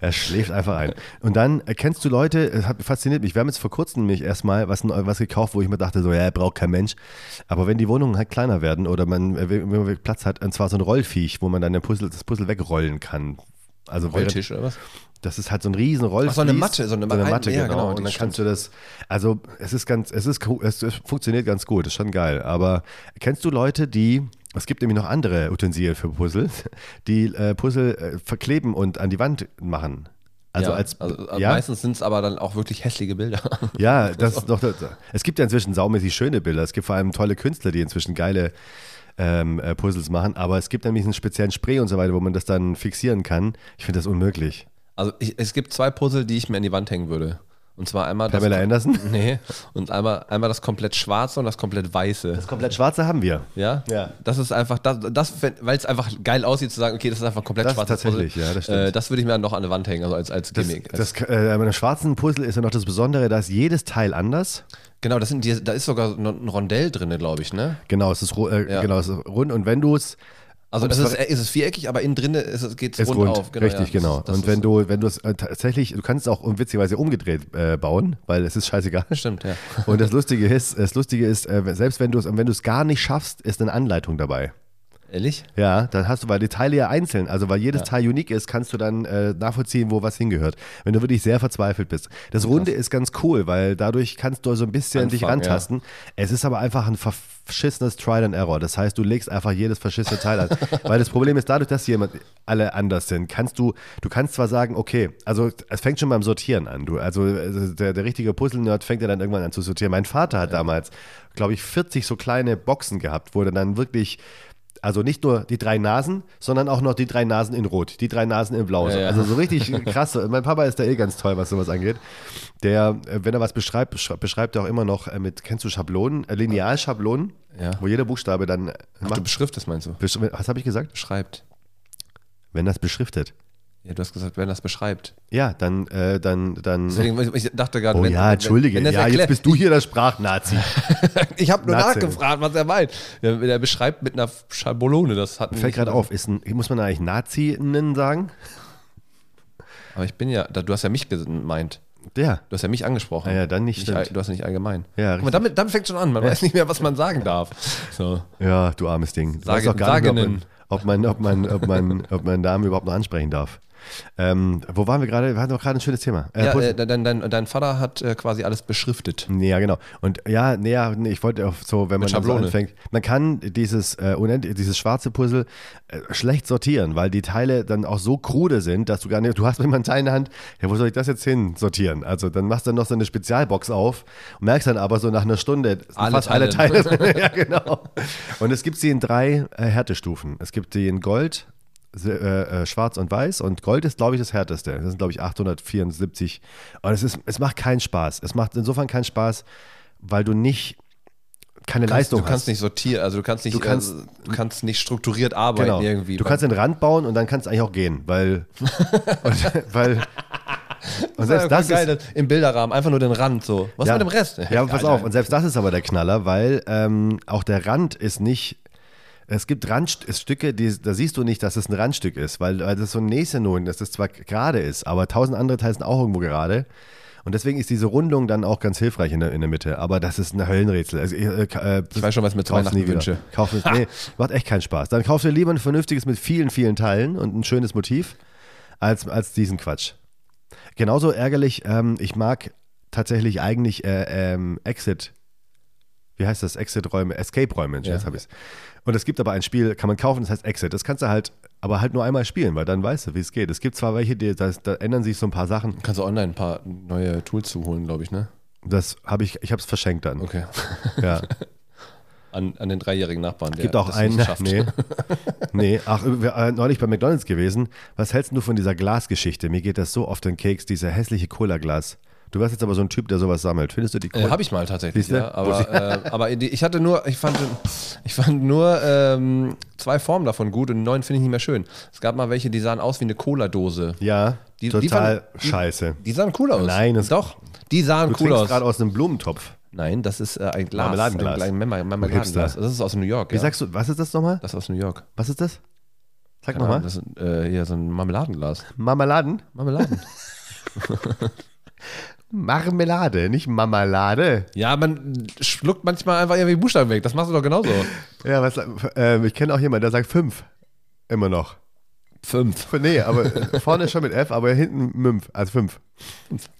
A: Er schläft einfach ein. Und dann äh, kennst du Leute, es hat fasziniert mich. Wir haben jetzt vor kurzem mich erstmal was, was gekauft, wo ich mir dachte, so, ja, braucht kein Mensch. Aber wenn die Wohnungen halt kleiner werden oder man, äh, wenn man Platz hat, und zwar so ein Rollviech, wo man dann den Puzzle, das Puzzle wegrollen kann. Also während-
B: Rolltisch oder was?
A: das ist halt so ein riesen Rollflies.
B: Ach, so eine Matte, so eine
A: so eine
B: Matte,
A: Matte
B: ja,
A: genau.
B: genau,
A: Und
B: die
A: dann kannst du das, also es ist ganz, es ist, cool, es, es funktioniert ganz gut, ist schon geil. Aber kennst du Leute, die, es gibt nämlich noch andere Utensilien für Puzzle, die äh, Puzzle äh, verkleben und an die Wand machen? Also
B: ja,
A: als,
B: also, äh,
A: ja,
B: Meistens sind es aber dann auch wirklich hässliche Bilder.
A: ja, das ist noch, das, es gibt ja inzwischen saumäßig schöne Bilder. Es gibt vor allem tolle Künstler, die inzwischen geile ähm, äh, Puzzles machen. Aber es gibt nämlich einen speziellen Spray und so weiter, wo man das dann fixieren kann. Ich finde das unmöglich.
B: Also ich, es gibt zwei Puzzle, die ich mir an die Wand hängen würde. Und zwar einmal das,
A: Pamela Anderson?
B: nee, und einmal, einmal das komplett schwarze und das komplett weiße.
A: Das komplett schwarze haben wir.
B: Ja?
A: Ja.
B: Das ist einfach, das, das weil es einfach geil aussieht, zu sagen, okay, das ist einfach komplett
A: Das
B: schwarz.
A: tatsächlich, ja, das stimmt.
B: Äh, das würde ich mir dann noch an die Wand hängen, also als, als
A: Das,
B: Gimmick. als,
A: das, äh, bei einem schwarzen Puzzle ist ja noch das Besondere, da ist jedes Teil anders.
B: genau, das sind die, da ist sogar noch ein Rondell drin, glaube ich, ne?
A: Genau, es ist, ru- äh,
B: Ja.
A: genau, es ist rund und wenn du es
B: Also das ist, ist es viereckig, aber innen drin ist, es- geht's
A: ist
B: rund,
A: rund,
B: auf.
A: richtig,
B: ja.
A: genau.
B: Das, das
A: und wenn
B: ist,
A: du wenn du es äh, tatsächlich, du kannst es auch witzigerweise umgedreht äh, bauen, weil es ist scheißegal.
B: Stimmt, ja.
A: Und das Lustige ist, das Lustige ist, äh, selbst wenn du es und wenn du es gar nicht schaffst, ist eine Anleitung dabei.
B: Ehrlich?
A: Ja, dann hast du, weil die Teile ja einzeln, also weil jedes Teil unique ist, kannst du dann äh, nachvollziehen, wo was hingehört. Wenn du wirklich sehr verzweifelt bist. Das Runde ist ganz cool, weil dadurch kannst du so ein bisschen dich
B: Anfangen,
A: rantasten. Es ist aber einfach ein verschissenes Trial and Error. Das heißt, du legst einfach jedes verschissene Teil an. weil das Problem ist, dadurch, dass jemand alle anders sind, kannst du, du kannst zwar sagen, okay, also es fängt schon beim Sortieren an. Du, also äh, der, der richtige Puzzle-Nerd fängt ja dann irgendwann an zu sortieren. Mein Vater hat damals, glaube ich, 40 so kleine Boxen gehabt, wo er dann wirklich also nicht nur die drei Nasen, sondern auch noch die drei Nasen in Rot, die drei Nasen in Blau.
B: Ja, ja.
A: Also so richtig krass. Mein Papa ist da eh ganz toll, was sowas angeht. Der, äh, wenn er was beschreibt, beschre- beschreibt er auch immer noch äh, mit, kennst du Schablonen, äh, Linealschablonen,
B: Ja.
A: wo jeder Buchstabe dann äh,
B: Ach, du
A: macht.
B: beschriftest, meinst du?
A: Besch was habe ich gesagt?
B: Beschreibt.
A: Wenn das beschriftet.
B: Ja, du hast gesagt, wenn das beschreibt.
A: Ja, dann, äh, dann, dann.
B: Deswegen, ich ich dachte gerade,
A: Oh
B: wenn-
A: ja,
B: wenn-
A: entschuldige.
B: wenn das
A: ja,
B: erklärt-
A: jetzt bist du hier der Sprachnazi.
B: Ich habe nur
A: Nazi.
B: nachgefragt, was er meint. Der, der beschreibt mit einer Schabolone, das hat
A: Fällt gerade auf, ist ein, muss man da eigentlich Nazinnen sagen?
B: Aber ich bin ja, da- du hast ja mich gemeint.
A: Ja.
B: Du hast ja mich angesprochen.
A: Ja, ja, dann nicht, stimmt.
B: all- Du hast nicht allgemein.
A: Ja,
B: Guck mal, damit, damit fängt schon an. Man weiß nicht mehr, was man sagen darf. So.
A: Ja, du armes Ding. Du
B: Sage-
A: weißt doch gar nicht,
B: Sagenen.
A: mehr, ob man, ob man, ob man, ob man, ob man Damen überhaupt noch ansprechen darf. Ähm, wo waren wir gerade? Wir hatten doch gerade ein schönes Thema. Äh,
B: Ja,
A: Puzzle-
B: äh, dein, dein, dein Vater hat äh, quasi alles beschriftet.
A: Nee, Ja, genau. Und ja, nee, ja, nee, ich wollte auch so, wenn man dann so
B: Schablone.
A: anfängt, man kann dieses, äh, unend, dieses schwarze Puzzle äh, schlecht sortieren, weil die Teile dann auch so krude sind, dass du gar nicht, du hast immer einen Teil in der Hand, ja, wo soll ich das jetzt hin sortieren? Also dann machst du dann noch so eine Spezialbox auf und merkst dann aber so nach einer Stunde es sind
B: Alle
A: fast alle Teile. Sind, ja, genau. Und es gibt sie in drei äh, Härtestufen. Es gibt die in Gold, se- äh, äh, schwarz und weiß und Gold ist, glaube ich, das härteste. Das sind, glaube ich, 874. Und es, ist, es macht keinen Spaß. Es macht insofern keinen Spaß, weil du nicht keine
B: Kannst-
A: Leistung
B: du kannst
A: hast.
B: nicht sortieren, also du kannst nicht,
A: Du kannst- Genau.
B: äh, du kannst nicht strukturiert arbeiten irgendwie.
A: du kannst den Rand bauen und dann kannst du eigentlich auch gehen, weil. und, weil und selbst das ist,
B: geil, im Bilderrahmen, einfach nur den Rand so. Was
A: ja.
B: mit dem Rest?
A: Ja, aber pass auf, und selbst das ist aber der Knaller, weil ähm, auch der Rand ist nicht. Es gibt Randstücke, die, da siehst du nicht, dass es ein Randstück ist, weil, weil das so ein Näschen, dass das zwar gerade ist, aber tausend andere Teile sind auch irgendwo gerade. Und deswegen ist diese Rundung dann auch ganz hilfreich in der, in der Mitte. Aber das ist ein Höllenrätsel. Also, ich, äh, ka- äh,
B: Ich weiß schon, was ich mir zu
A: kauf's
B: Weihnachten
A: nie wieder.
B: wünsche.
A: Kauf es, nee, macht echt keinen Spaß. Dann kaufst du lieber ein vernünftiges mit vielen, vielen Teilen und ein schönes Motiv, als, als diesen Quatsch. Genauso ärgerlich, ähm, ich mag tatsächlich eigentlich äh, ähm, Exit. Wie heißt das? Exit-Räume, Escape-Räume, Mensch,
B: Ja.
A: jetzt habe ich es. Und es gibt aber ein Spiel, kann man kaufen, das heißt Exit. Das kannst du halt, aber halt nur einmal spielen, weil dann weißt du, wie es geht. Es gibt zwar welche, die, da, da ändern sich so ein paar Sachen.
B: Kannst du online ein paar neue Tools zuholen, glaube ich, ne?
A: Das habe ich, ich habe es verschenkt dann.
B: Okay.
A: Ja.
B: An, an den dreijährigen Nachbarn, der
A: gibt auch
B: das
A: einen.
B: nicht schafft.
A: Nee. nee, ach, wir, äh, neulich bei McDonalds gewesen. Was hältst du von dieser Glasgeschichte? Mir geht das so auf den Keks, dieser hässliche Cola-Glas. Du wärst jetzt aber so ein Typ, der sowas sammelt. Findest du die cool?
B: Äh, Habe ich mal tatsächlich,
A: Siehste?
B: ja. Aber, äh, aber die- ich hatte nur, ich fand, ich fand nur ähm, zwei Formen davon gut und die neuen finde ich nicht mehr schön. Es gab mal welche, die sahen aus wie eine Cola-Dose.
A: ja,
B: Die- die
A: total
B: waren-
A: scheiße.
B: Die sahen cool aus.
A: Nein, das-
B: das Doch, die sahen
A: Du
B: cool
A: trinkst
B: aus.
A: gerade aus einem Blumentopf.
B: Nein, das ist äh, ein Glas.
A: Marmeladenglas.
B: Ein, ein Marmel- Marmeladenglas.
A: Hipster.
B: Das ist aus New York.
A: Wie
B: ja.
A: sagst du, was ist das nochmal?
B: Das ist aus New York.
A: Was ist das? Sag
B: Keine
A: nochmal.
B: Ahnung, Das ist äh, hier so ein Marmeladenglas.
A: Marmeladen?
B: Marmeladen.
A: Marmelade, nicht Marmelade.
B: ja, man schluckt manchmal einfach irgendwie Buchstaben weg. Das machst du doch genauso.
A: Ja, was, äh, ich kenne auch jemanden, der sagt fünf. Immer noch.
B: Fünf.
A: Nee, aber vorne schon mit F, aber hinten Mümpf, also fünf.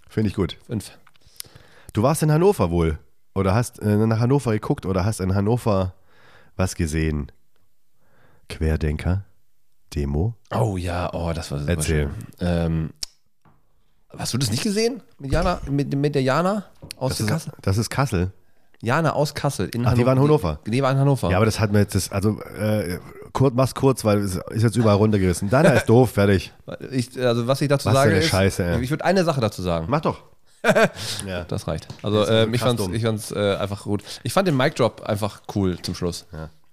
A: Finde ich gut.
B: Fünf.
A: Du warst in Hannover wohl. Oder hast äh, nach Hannover geguckt oder hast in Hannover was gesehen? Querdenker? Demo?
B: Oh ja, oh, das war super
A: Erzähl.
B: schön. Ähm, hast du das nicht gesehen? Mit, Jana, mit, mit der Jana aus
A: Das ist,
B: Kassel?
A: das ist Kassel.
B: Jana aus Kassel. In
A: Ach, die war in Hannover.
B: Die, die war in Hannover.
A: Ja, aber das hat mir jetzt, das, also äh, kurz, mach's kurz, weil es ist jetzt überall runtergerissen. Deiner ist doof, fertig.
B: ich, also was ich dazu
A: Was
B: sage
A: für eine
B: ist,
A: Scheiße, ey.
B: ich würde eine Sache dazu sagen.
A: Mach doch. ja.
B: Das reicht. Also
A: ist aber
B: ähm, ich
A: krass
B: fand's,
A: dumm.
B: ich fand's äh, einfach gut. Ich fand den Mic Drop einfach cool zum Schluss.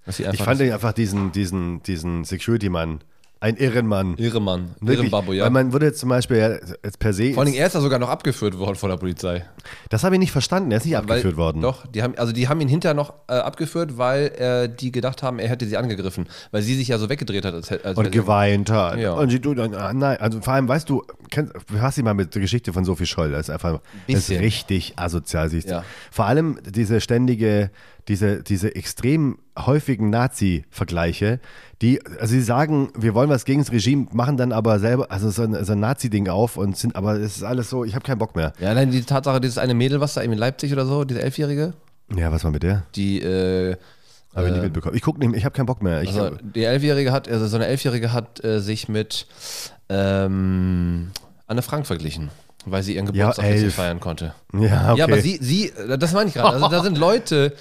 B: Dass sie
A: Ich
B: einfach
A: fand einfach diesen, diesen, diesen Security-Mann, ein Irrenmann.
B: irre Mann, irre
A: Wirklich,
B: Babbo, ja.
A: Weil man würde jetzt zum Beispiel ja, jetzt per se.
B: Vor allen Dingen, er ist da sogar noch abgeführt worden von der Polizei.
A: das habe ich nicht verstanden. Er ist nicht
B: Weil-
A: abgeführt worden.
B: Doch, die haben, also die haben ihn hinterher noch äh, abgeführt, weil äh, die gedacht haben, er hätte sie angegriffen. Weil sie sich ja so weggedreht hat. Als, hätte- als
A: Und
B: hätte-
A: geweint hat.
B: Also Ja.
A: Und sie tut dann, ah, nein, also vor allem, weißt du, kennst, hast du mal mit der Geschichte von Sophie Scholl, das ist einfach das ist
B: Bisschen.
A: richtig asozial. Sie ist,
B: Ja.
A: Vor allem diese ständige, diese, diese extrem häufigen Nazi-Vergleiche, die, also sie sagen, wir wollen was gegen das Regime, machen dann aber selber, also so ein, so ein Nazi-Ding auf und sind, aber es ist alles so, ich habe keinen Bock mehr.
B: ja, nein, die Tatsache, dieses eine Mädel, was da eben in Leipzig oder so, diese Elfjährige,
A: Ja, was war mit der?
B: die äh,
A: Habe ich nicht mitbekommen. Ich gucke nicht, mehr, ich habe keinen Bock mehr. Ich,
B: Also die Elfjährige hat, also so eine Elfjährige hat äh, sich mit ähm, Anne Frank verglichen, weil sie ihren Geburtstag nicht
A: elf.
B: feiern konnte.
A: ja, okay.
B: Ja, aber sie, sie, äh, das meine ich gerade. Also da sind Leute,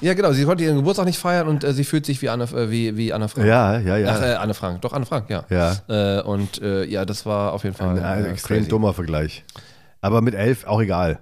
B: ja genau, sie konnte ihren Geburtstag nicht feiern und äh, sie fühlt sich wie Anne, äh, wie, wie Anne Frank.
A: ja, ja, ja.
B: Ach, äh, Anne Frank, doch Anne Frank, ja.
A: Ja. Ah,
B: Äh, und äh, ja, das war auf jeden Fall
A: Ja, ein
B: äh,
A: extrem
B: crazy.
A: dummer Vergleich. Aber mit elf auch egal.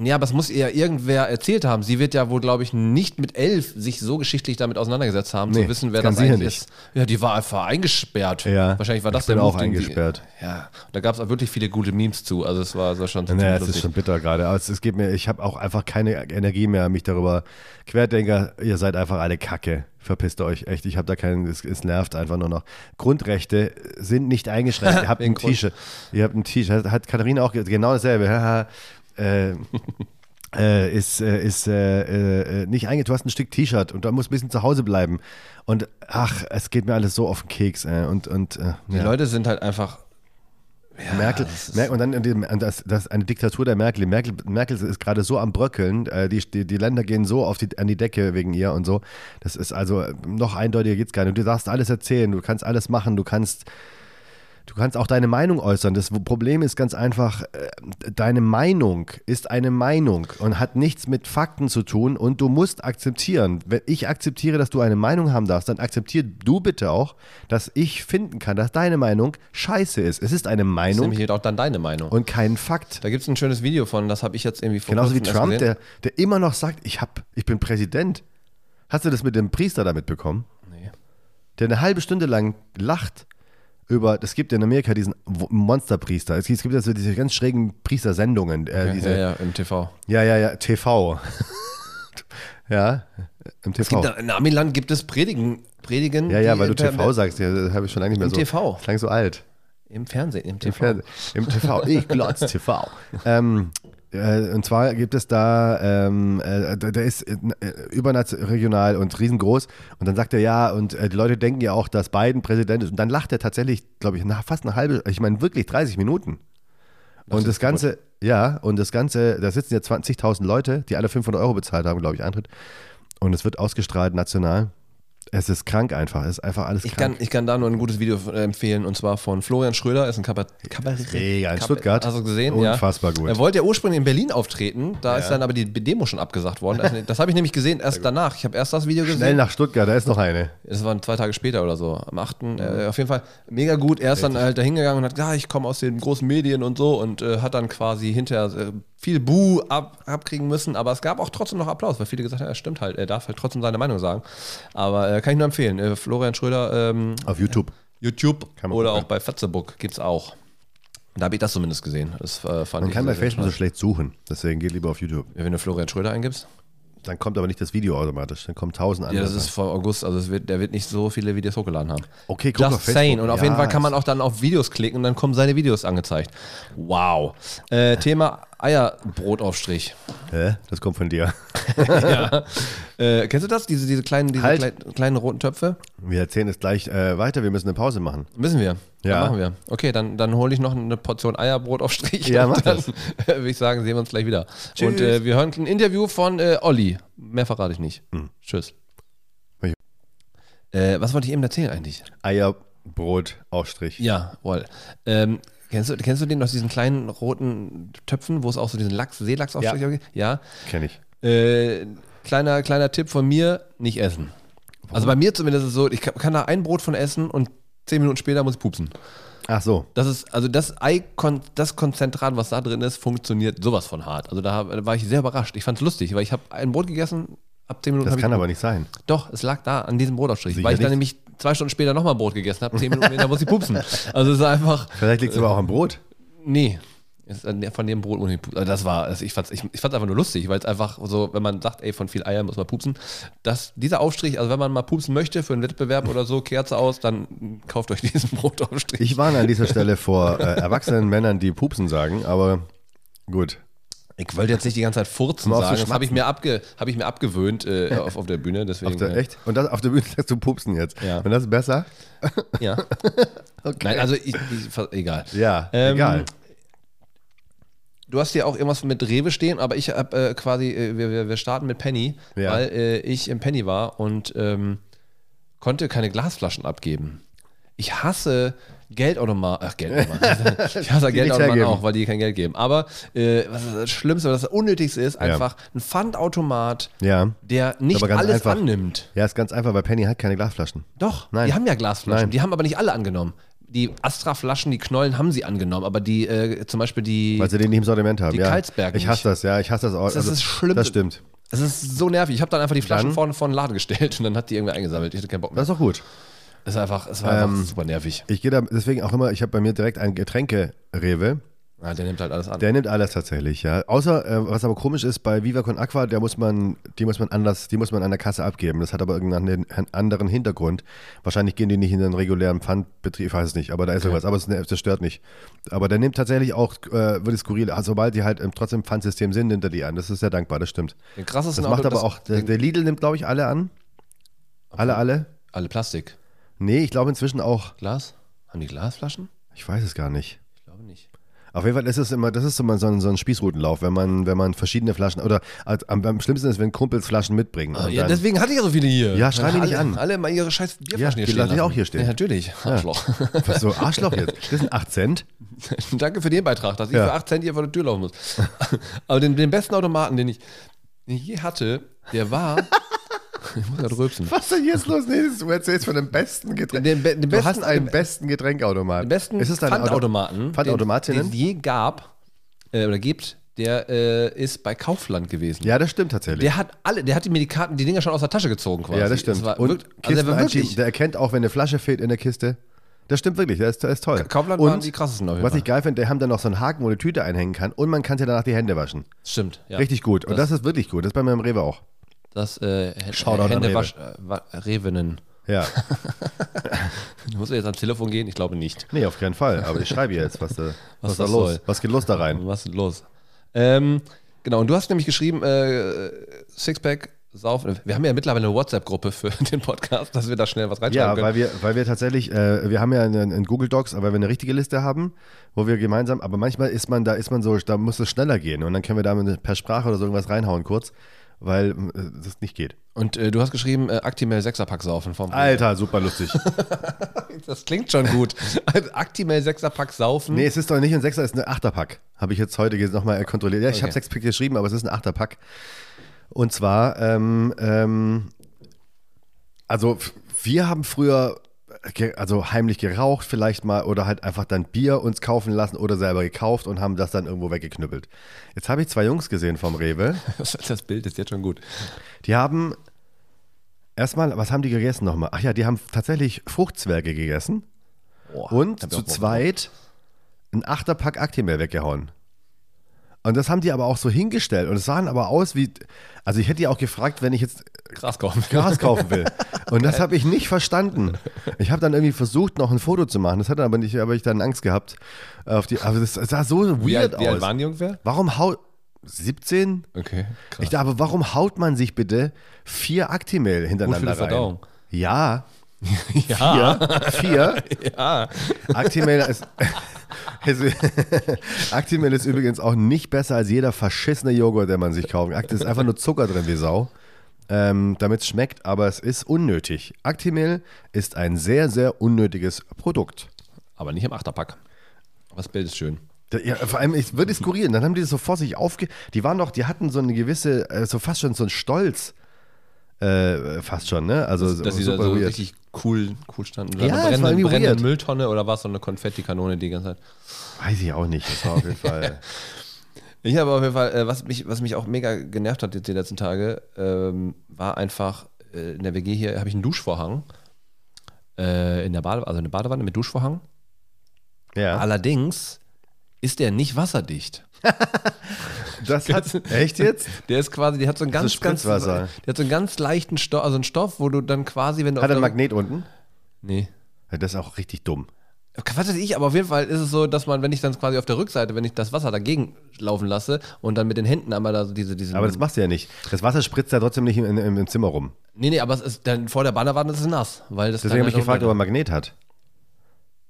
B: Ja, aber es muss ihr ja irgendwer erzählt haben. Sie wird ja wohl, glaube ich, nicht mit elf sich so geschichtlich damit auseinandergesetzt haben,
A: Nee,
B: zu wissen, wer
A: das kann
B: das,
A: sie ja
B: eigentlich
A: nicht.
B: ist. Ja, die war einfach eingesperrt.
A: Ja,
B: Wahrscheinlich war das
A: ich bin
B: der
A: auch
B: Move, den sie-
A: eingesperrt.
B: Ja, und da gab es auch wirklich viele gute Memes zu. Also es war, es war schon
A: Naja,
B: ziemlich
A: es ist
B: lustig.
A: schon bitter gerade. Aber es, es geht mir, ich habe auch einfach keine Energie mehr, mich darüber. Querdenker, ihr seid einfach alle Kacke. Verpisst euch echt. Ich habe da keinen, es, es nervt einfach nur noch. Grundrechte sind nicht eingeschränkt. Ihr habt ein
B: Wegen Grund-
A: T-Shirt. Ihr habt ein T-Shirt. Hat, hat Katharina auch ge- genau dasselbe. Haha. äh, äh, ist, äh, ist äh, äh, nicht einge. Du hast ein Stück T-Shirt und da musst ein bisschen zu Hause bleiben. Und ach, es geht mir alles so auf den Keks. Äh, und und äh,
B: Die Leute sind halt einfach. Ja,
A: Merkel,
B: Ah, das ist-
A: Mer und dann in dem, und das, das ist eine Diktatur der Merkel. Merkel, Merkel ist gerade so am Bröckeln, äh, die, die, die Länder gehen so auf die, an die Decke wegen ihr und so. Das ist also äh, noch eindeutiger geht's gar nicht. Und du darfst alles erzählen, du kannst alles machen, du kannst, du kannst auch deine Meinung äußern. Das Problem ist ganz einfach, äh, deine Meinung ist eine Meinung und hat nichts mit Fakten zu tun und du musst akzeptieren. Wenn ich akzeptiere, dass du eine Meinung haben darfst, dann akzeptier du bitte auch, dass ich finden kann, dass deine Meinung scheiße ist. Es ist eine
B: Das ist
A: Meinung
B: nämlich auch dann deine Meinung.
A: und keinen Fakt.
B: da gibt es ein schönes Video von, das habe ich jetzt irgendwie vor
A: Genauso wie
B: kurzem erst
A: Trump,
B: gesehen.
A: der, der immer noch sagt, ich, hab, ich bin Präsident. Hast du das mit dem Priester da mitbekommen?
B: Nee.
A: Der eine halbe Stunde lang lacht über, es gibt in Amerika diesen Wo- Monsterpriester. Es gibt es gibt ja so diese ganz schrägen Priestersendungen. Äh, diese,
B: ja, ja, im TV.
A: ja, ja, ja, TV. ja, im
B: Es
A: TV.
B: gibt, da- in Amiland gibt es Predigen. Predigen
A: Oh. Ja, ja,
B: die
A: weil du
B: per-
A: TV sagst, ja, das habe ich schon lange nicht mehr
B: Im
A: so.
B: TV.
A: Das klang so alt.
B: Im Fernsehen, im
A: Im
B: TV.
A: Fernsehen. Im TV. Ich glotz TV. ähm, äh, und zwar gibt es da, ähm, äh, da- der ist äh, überregional und riesengroß. Und dann sagt er ja, und äh, die Leute denken ja auch, dass Biden Präsident ist. Und dann lacht er tatsächlich, glaube ich, nach fast eine halbe, ich meine wirklich 30 Minuten. Und das Ganze, ja, und das Ganze, da sitzen ja 20.000 Leute, die alle 500 Euro bezahlt haben, glaube ich, Eintritt. Und es wird ausgestrahlt national. Es ist krank einfach. Es ist einfach alles
B: Ich kann,
A: krank.
B: ich kann da nur ein gutes Video äh, empfehlen und zwar von Florian Schröder, ist ein Kabarett.
A: Mega, in Stuttgart.
B: Hast du gesehen?
A: Unfassbar
B: ja.
A: gut.
B: Er wollte ja ursprünglich in Berlin auftreten, da ist dann aber die Demo schon abgesagt worden. Also, das habe ich nämlich gesehen erst danach. Ich habe erst das Video gesehen.
A: Schnell nach Stuttgart, da ist noch eine.
B: Das waren zwei Tage später oder so, am 8. Äh,
A: Mhm.
B: auf jeden Fall mega gut. Er ist dann halt da hingegangen und hat gesagt, ah, ich komme aus den großen Medien und so und äh, hat dann quasi hinterher äh, viel Buh ab, abkriegen müssen. Aber es gab auch trotzdem noch Applaus, weil viele gesagt haben, ja, stimmt halt, er darf halt trotzdem seine Meinung sagen. Aber äh, kann ich nur empfehlen. Äh, Florian Schröder, ähm,
A: Auf YouTube.
B: YouTube
A: Kann man
B: oder auch
A: gucken.
B: bei Fetzebook gibt's auch. Da habe ich das zumindest gesehen. Das äh, fand
A: Man
B: ich
A: kann bei
B: sehr, sehr
A: Facebook so
B: spannend.
A: schlecht suchen. Deswegen geht lieber auf YouTube.
B: Ja, Wenn du Florian Schröder eingibst.
A: Dann kommt aber nicht das Video automatisch. Dann kommen tausend andere.
B: Ja, das ist vor August, also es wird, der wird nicht so viele Videos hochgeladen haben.
A: Okay, guck auf
B: Just
A: Facebook.
B: saying. Und auf jeden
A: Ja,
B: Fall kann man
A: ist-
B: auch dann auf Videos klicken und dann kommen seine Videos angezeigt. Wow. Äh, Thema Eierbrotaufstrich.
A: Hä? Das kommt von dir.
B: ja. äh, kennst du das? Diese, diese, kleinen, diese
A: Halt.
B: kleinen, kleinen roten Töpfe?
A: Wir erzählen es gleich äh, weiter. Wir müssen eine Pause machen.
B: Müssen wir.
A: Ja.
B: Dann machen wir. Okay, dann, dann hole ich noch eine Portion Eierbrot auf Strich.
A: Ja,
B: und
A: mach
B: dann,
A: das.
B: würde ich sagen, sehen wir uns gleich wieder.
A: Tschüss.
B: Und äh, wir hören ein Interview von äh, Olli. Mehr verrate ich nicht.
A: Hm.
B: Tschüss.
A: Ich-
B: Äh, was wollte ich eben erzählen eigentlich?
A: Eierbrot, Aufstrich.
B: Ja, wohl. Ähm, kennst, du, kennst du den aus diesen kleinen roten Töpfen, wo es auch so diesen Lachs, Seelachsaufstrich
A: Ja.
B: gibt? Ja.
A: Kenn ich.
B: Äh, kleiner, kleiner Tipp von mir, nicht essen. Also bei mir zumindest ist es so, ich kann, kann da ein Brot von essen und zehn Minuten später muss ich pupsen.
A: Ach so.
B: Das ist, also das Ei, kon- das Konzentrat, was da drin ist, funktioniert sowas von hart. Also da hab- war ich sehr überrascht. Ich fand's lustig, weil ich habe ein Brot gegessen, ab 10 Minuten
A: Das
B: hab
A: kann
B: ich,
A: aber nicht sein.
B: Doch, es lag da, an diesem Brotaufstrich.
A: Sicher
B: weil ich dann
A: nicht.
B: nämlich zwei Stunden später nochmal Brot gegessen habe, 10 Minuten später muss ich pupsen. Also es ist einfach,
A: Vielleicht liegt es aber auch am Brot.
B: nee. Es Ist an der- von dem Brot ohne Pupsen. Also das war, also ich fand's, ich, ich fand's einfach nur lustig, weil es einfach so, wenn man sagt, ey, von viel Eier muss man pupsen, dass dieser Aufstrich, also wenn man mal pupsen möchte für einen Wettbewerb oder so, Kerze aus, dann kauft euch diesen Brotaufstrich.
A: Ich warne an dieser Stelle vor äh, erwachsenen Männern, die Pupsen sagen, aber gut.
B: Ich wollte jetzt nicht die ganze Zeit furzen
A: Mal auf zu
B: sagen, das habe ich,
A: schmatzen.
B: mir abge, hab ich mir abgewöhnt äh, auf, auf der Bühne. Deswegen,
A: Auf der,
B: äh,
A: echt? Und das auf der Bühne sagst du Pupsen jetzt.
B: Ja.
A: Und das ist besser?
B: Ja. Nein, also ich, ich, ver- egal.
A: Ja,
B: Ähm,
A: egal.
B: Du hast hier auch irgendwas mit Rewe stehen, aber ich habe äh, quasi, äh, wir, wir, wir starten mit Penny,
A: Ja.
B: weil äh, ich im Penny war und ähm, konnte keine Glasflaschen abgeben. Ich hasse Geldautomaten. Ach, Geldautomaten. ich hasse
A: Die nicht
B: Geldautomaten
A: hergeben.
B: auch, weil die kein Geld geben. Aber äh, was ist das Schlimmste, was das Unnötigste ist, einfach ein Pfandautomat,
A: Ja.
B: der nicht
A: Aber ganz
B: alles
A: einfach.
B: annimmt.
A: Ja, ist ganz einfach, weil Penny hat keine Glasflaschen.
B: Doch,
A: Nein.
B: die haben ja Glasflaschen.
A: Nein.
B: Die haben aber nicht alle angenommen. Die Astra-Flaschen, die Knollen haben sie angenommen, aber die, äh, zum Beispiel die.
A: Weil sie den nicht im Sortiment haben.
B: Die
A: ja.
B: Karlsberg
A: Ich
B: nicht.
A: hasse das, ja. Ich hasse das auch. Also,
B: das ist schlimm.
A: Das stimmt.
B: Es ist so nervig. Ich habe dann einfach die Flaschen
A: Dann-
B: vorne vor den Laden gestellt und dann hat die irgendwer eingesammelt. Ich hatte keinen Bock mehr.
A: Das ist auch gut.
B: Es, ist einfach, es war
A: Ähm.
B: einfach super nervig.
A: Ich gehe da deswegen auch immer, ich habe bei mir direkt einen Getränke-Rewe.
B: Ja, der nimmt halt alles an.
A: Der nimmt alles tatsächlich, ja. Außer, äh, was aber komisch ist, bei Viva Con Aqua, der muss man, die muss man anders, die muss man an der Kasse abgeben. Das hat aber irgendeinen einen anderen Hintergrund. Wahrscheinlich gehen die nicht in den regulären Pfandbetrieb, ich weiß es nicht, aber da ist irgendwas, aber es, ne, das stört nicht. Aber der nimmt tatsächlich auch, äh, wirklich skurril, also, sobald die halt ähm, trotzdem Pfandsystem sind, nimmt er die an. Das ist sehr dankbar, das stimmt.
B: Den krassesten
A: Genau, Das macht
B: Auto-
A: aber auch, der, der Lidl nimmt, glaube ich, alle an. Alle, alle.
B: Alle Plastik.
A: Nee, ich glaube inzwischen auch,
B: Glas? Haben die Glasflaschen?
A: ich weiß es gar nicht.
B: Ich glaube nicht.
A: Auf jeden Fall ist es immer, das ist immer so ein, so ein Spießrutenlauf, wenn man, wenn man verschiedene Flaschen oder also am, am schlimmsten ist, wenn Kumpels Flaschen mitbringen. und
B: ja,
A: dann-
B: deswegen hatte ich ja so viele hier.
A: Ja, schrei mich
B: alle,
A: nicht an.
B: Alle mal ihre scheiß Bierflaschen
A: Ja,
B: hier
A: die
B: stehen.
A: lasse ich
B: lassen.
A: auch hier stehen.
B: Ja, natürlich. Arschloch.
A: was so Arschloch jetzt. Das sind 8 Cent.
B: Danke für den Beitrag, dass ich
A: Ja.
B: für 8 Cent hier vor der Tür laufen muss. Aber den, den besten Automaten, den ich, den ich je hatte, der war. ich muss gerade rülpsen.
A: Was ist denn jetzt los? Nee, das- du erzählst von dem besten Getränk.
B: Den be- den
A: du
B: besten-
A: hast einen
B: den-
A: besten Getränkautomaten.
B: Den besten
A: ist es dein
B: Pfandautomaten,
A: Auto Pfandautomatinnen?
B: den den es je gab äh, oder gibt, der äh, ist bei Kaufland gewesen.
A: ja, das stimmt tatsächlich.
B: Der hat alle, der hat mir die Karten, die Dinger schon aus der Tasche gezogen quasi.
A: ja, das stimmt.
B: Es war
A: und
B: wirkt- also der
A: Kisten
B: war
A: einschieben,
B: wirklich.
A: der erkennt auch, wenn eine Flasche fehlt in der Kiste. Das stimmt wirklich, der ist, der ist toll.
B: Kaufland
A: und
B: waren die krassesten auf jeden
A: Was
B: Fall.
A: ich geil finde, die haben dann noch so einen Haken, wo eine Tüte einhängen kann und man kann sich danach die Hände waschen.
B: Stimmt. Ja.
A: Richtig gut. Und das, ist wirklich gut. Das ist bei meinem Rewe auch.
B: Das äh, H-
A: Shoutout an
B: Hände
A: Rewe.
B: wasch, äh, wa- Revenen.
A: Ja.
B: Muss er jetzt ans Telefon gehen? Ich glaube nicht.
A: Nee, auf keinen Fall. Aber ich schreibe jetzt, was, da, was, da
B: das
A: los?
B: soll.
A: Was geht los da rein?
B: Was ist los? Ähm, genau, und du hast nämlich geschrieben, äh, Sixpack, Saufen. Wir haben ja mittlerweile eine WhatsApp-Gruppe für den Podcast, dass wir da schnell was reinschreiben
A: Ja,
B: können.
A: weil wir, weil wir tatsächlich, äh, wir haben ja einen, einen Google Docs, aber wir eine richtige Liste haben, wo wir gemeinsam, aber manchmal ist man, da ist man so, da muss es schneller gehen und dann können wir da mit- per Sprache oder so irgendwas reinhauen kurz, weil äh, das nicht geht.
B: Und äh, du hast geschrieben, äh, Actimel 6er-Pack saufen. Vom
A: Alter, super lustig.
B: Das klingt schon gut. Ein Actimel 6er-Pack saufen.
A: nee, es ist doch nicht ein Sechser, es ist ein Achterpack. Habe ich jetzt heute nochmal äh, kontrolliert. Ja, ich habe
B: Okay.
A: Sechspack geschrieben, aber es ist ein Achterpack. Und zwar, ähm, ähm, also f- wir haben früher ge- also heimlich geraucht vielleicht mal oder halt einfach dann Bier uns kaufen lassen oder selber gekauft und haben das dann irgendwo weggeknüppelt. Jetzt habe ich zwei Jungs gesehen vom Rewe.
B: Das, das Bild ist jetzt schon gut.
A: Die haben erstmal, was haben die gegessen nochmal? Ach ja, die haben tatsächlich Fruchtzwerge gegessen
B: Boah,
A: und
B: Ah, hab
A: zu
B: ich auch Bock drauf.
A: zweit ein Achterpack Aktien mehr weggehauen. Und das haben die aber auch so hingestellt. Und es sahen aber aus wie. Also, ich hätte ja auch gefragt, wenn ich jetzt
B: Gras kaufen.
A: Gras kaufen will. Und das habe ich nicht verstanden. Ich habe dann irgendwie versucht, noch ein Foto zu machen. Das hat aber nicht, aber ich dann Angst gehabt. äh, Auf die, aber das sah so
B: Wie
A: weird
B: alt, wie alt
A: aus.
B: waren die ungefähr?
A: Warum haut. 17?
B: Okay,
A: Ich dachte, aber warum haut man sich bitte vier Actimel hintereinander
B: die
A: rein?
B: Verdauung.
A: Ja.
B: Ja.
A: Vier.
B: ja.
A: Actimel ist. Es- Actimel ist übrigens auch nicht besser als jeder verschissene Joghurt, den man sich kaufen kann. Act- ist einfach nur Zucker drin wie Sau, ähm, damit es schmeckt, aber es ist unnötig. Actimel ist ein sehr, sehr unnötiges Produkt.
B: Aber nicht im Achterpack. Aber das Bild ist schön.
A: Da- Ja, vor allem, es wird skurril. Dann haben die das so vor sich aufge... Die waren doch, die hatten so eine gewisse, äh, so fast schon so einen Stolz. Äh, fast schon, ne? Also
B: Dass sie da so richtig cool, cool standen.
A: Ja,
B: eine
A: es war
B: brennende,
A: irgendwie
B: brennende
A: weird.
B: Mülltonne oder war es so eine Konfettikanone die ganze Zeit?
A: Weiß ich auch nicht. Das war auf jeden Fall.
B: Ich habe auf jeden Fall, äh, was, mich, was mich auch mega genervt hat jetzt die letzten Tage, ähm, war einfach äh, in der WG hier, habe ich einen Duschvorhang. Äh, in der Bade, also eine Badewanne mit Duschvorhang.
A: Ja.
B: Allerdings ist der nicht wasserdicht.
A: Das hat. Echt jetzt?
B: Der ist quasi, der hat so einen ganz, ganz, der
A: Spritzwasser.
B: hat so einen ganz leichten Stoff, also einen Stoff, wo du dann quasi, wenn du
A: Hat er
B: der-
A: ein Magnet unten?
B: Nee.
A: Ja, Das ist auch richtig dumm.
B: Was weiß ich, aber auf jeden Fall ist es so, dass man, wenn ich dann quasi auf der Rückseite, wenn ich das Wasser dagegen laufen lasse und dann mit den Händen einmal da so diese, diese.
A: Aber das machst du ja nicht. Das Wasser spritzt ja trotzdem nicht im, im, im Zimmer rum.
B: nee, nee, aber es ist dann vor der Badewanne ist es nass. Weil das
A: Deswegen
B: dann
A: habe ich
B: halt
A: gefragt,
B: auch-
A: ob er ein Magnet hat.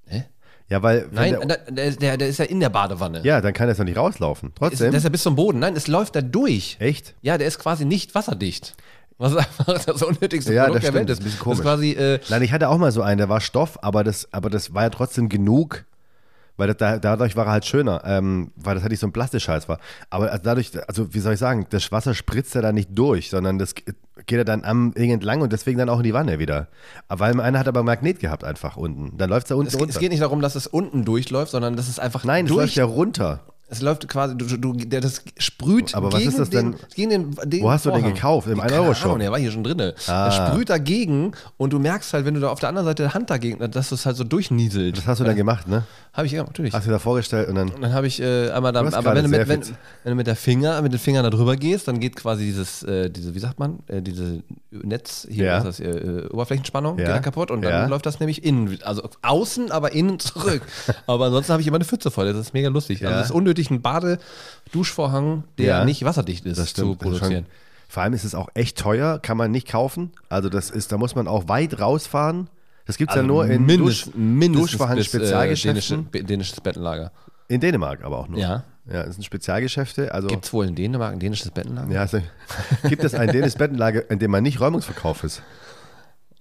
B: Hä?
A: Ja, weil. wenn
B: Nein, äh,
A: Der,
B: der, der, der, der ist ja in der Badewanne.
A: ja, dann kann er es doch nicht rauslaufen.
B: Ist,
A: Trotzdem.
B: der ist ja bis zum Boden. Nein, es läuft da durch.
A: echt?
B: Ja, der ist quasi nicht wasserdicht. Was einfach das unnötigste
A: Ja,
B: Produkt
A: das
B: der Welt
A: stimmt.
B: ist.
A: Bisschen
B: Das
A: komisch.
B: ist quasi, äh,
A: Nein, ich hatte auch mal so einen, der war Stoff, aber das, aber das war ja trotzdem genug. Weil das, da- dadurch war er halt schöner, ähm, weil das halt nicht so ein Plastischeiß war. Aber also dadurch, also wie soll ich sagen, das Wasser spritzt ja da nicht durch, sondern das ge- geht ja dann am Ding entlang und deswegen dann auch in die Wanne wieder. Aber weil einer hat aber einen Magnet gehabt einfach unten. Dann läuft es da unten
B: es, geht-
A: runter.
B: es geht nicht darum, dass es unten durchläuft, sondern dass es einfach
A: Nein, es
B: durch.
A: läuft ja runter.
B: Es läuft quasi, du, du, der, das sprüht.
A: Aber was
B: gegen
A: ist das denn?
B: Den, gegen den, den
A: Wo hast du den
B: Vorhang.
A: gekauft? Im Ah.
B: Keine
A: 1-Euro-Shop?
B: Ahnung, Der war hier schon drin. Der sprüht dagegen und du merkst halt, wenn du da auf der anderen Seite die Hand dagegen, dass es halt so durchnieselt.
A: Das hast du dann gemacht, ne?
B: Habe ich ja, natürlich.
A: Hast du da vorgestellt und dann.
B: Und dann habe ich äh, einmal da,
A: hast
B: aber wenn du,
A: gerade
B: mit,
A: sehr
B: wenn,
A: viel-
B: wenn du mit der Finger, mit den Fingern da drüber gehst, dann geht quasi dieses, äh, diese, wie sagt man, äh, diese Netz, hier
A: Ja.
B: ist das, äh, äh, Oberflächenspannung,
A: Ja.
B: geht dann kaputt und dann
A: Ja.
B: läuft das nämlich innen, also außen, aber innen zurück. aber ansonsten habe ich immer eine Pfütze voll, das ist mega lustig. Also
A: Ja.
B: es ist unnötig, ein Badeduschvorhang, der
A: Ja.
B: nicht wasserdicht ist, zu
A: das ist schon-
B: produzieren.
A: Vor allem ist es auch echt teuer, kann man nicht kaufen. Also das ist, da muss man auch weit rausfahren. Das gibt es ja
B: Also
A: nur in Dusch, Duschvorhand
B: bis, äh,
A: Spezialgeschäften.
B: dänische- dänisches Bettenlager.
A: in Dänemark aber auch nur.
B: Ja.
A: Ja, das sind Spezialgeschäfte. Also
B: Gibt es wohl in Dänemark ein dänisches Bettenlager?
A: ja, also, gibt es ein dänisches Bettenlager, in dem man nicht Räumungsverkauf ist.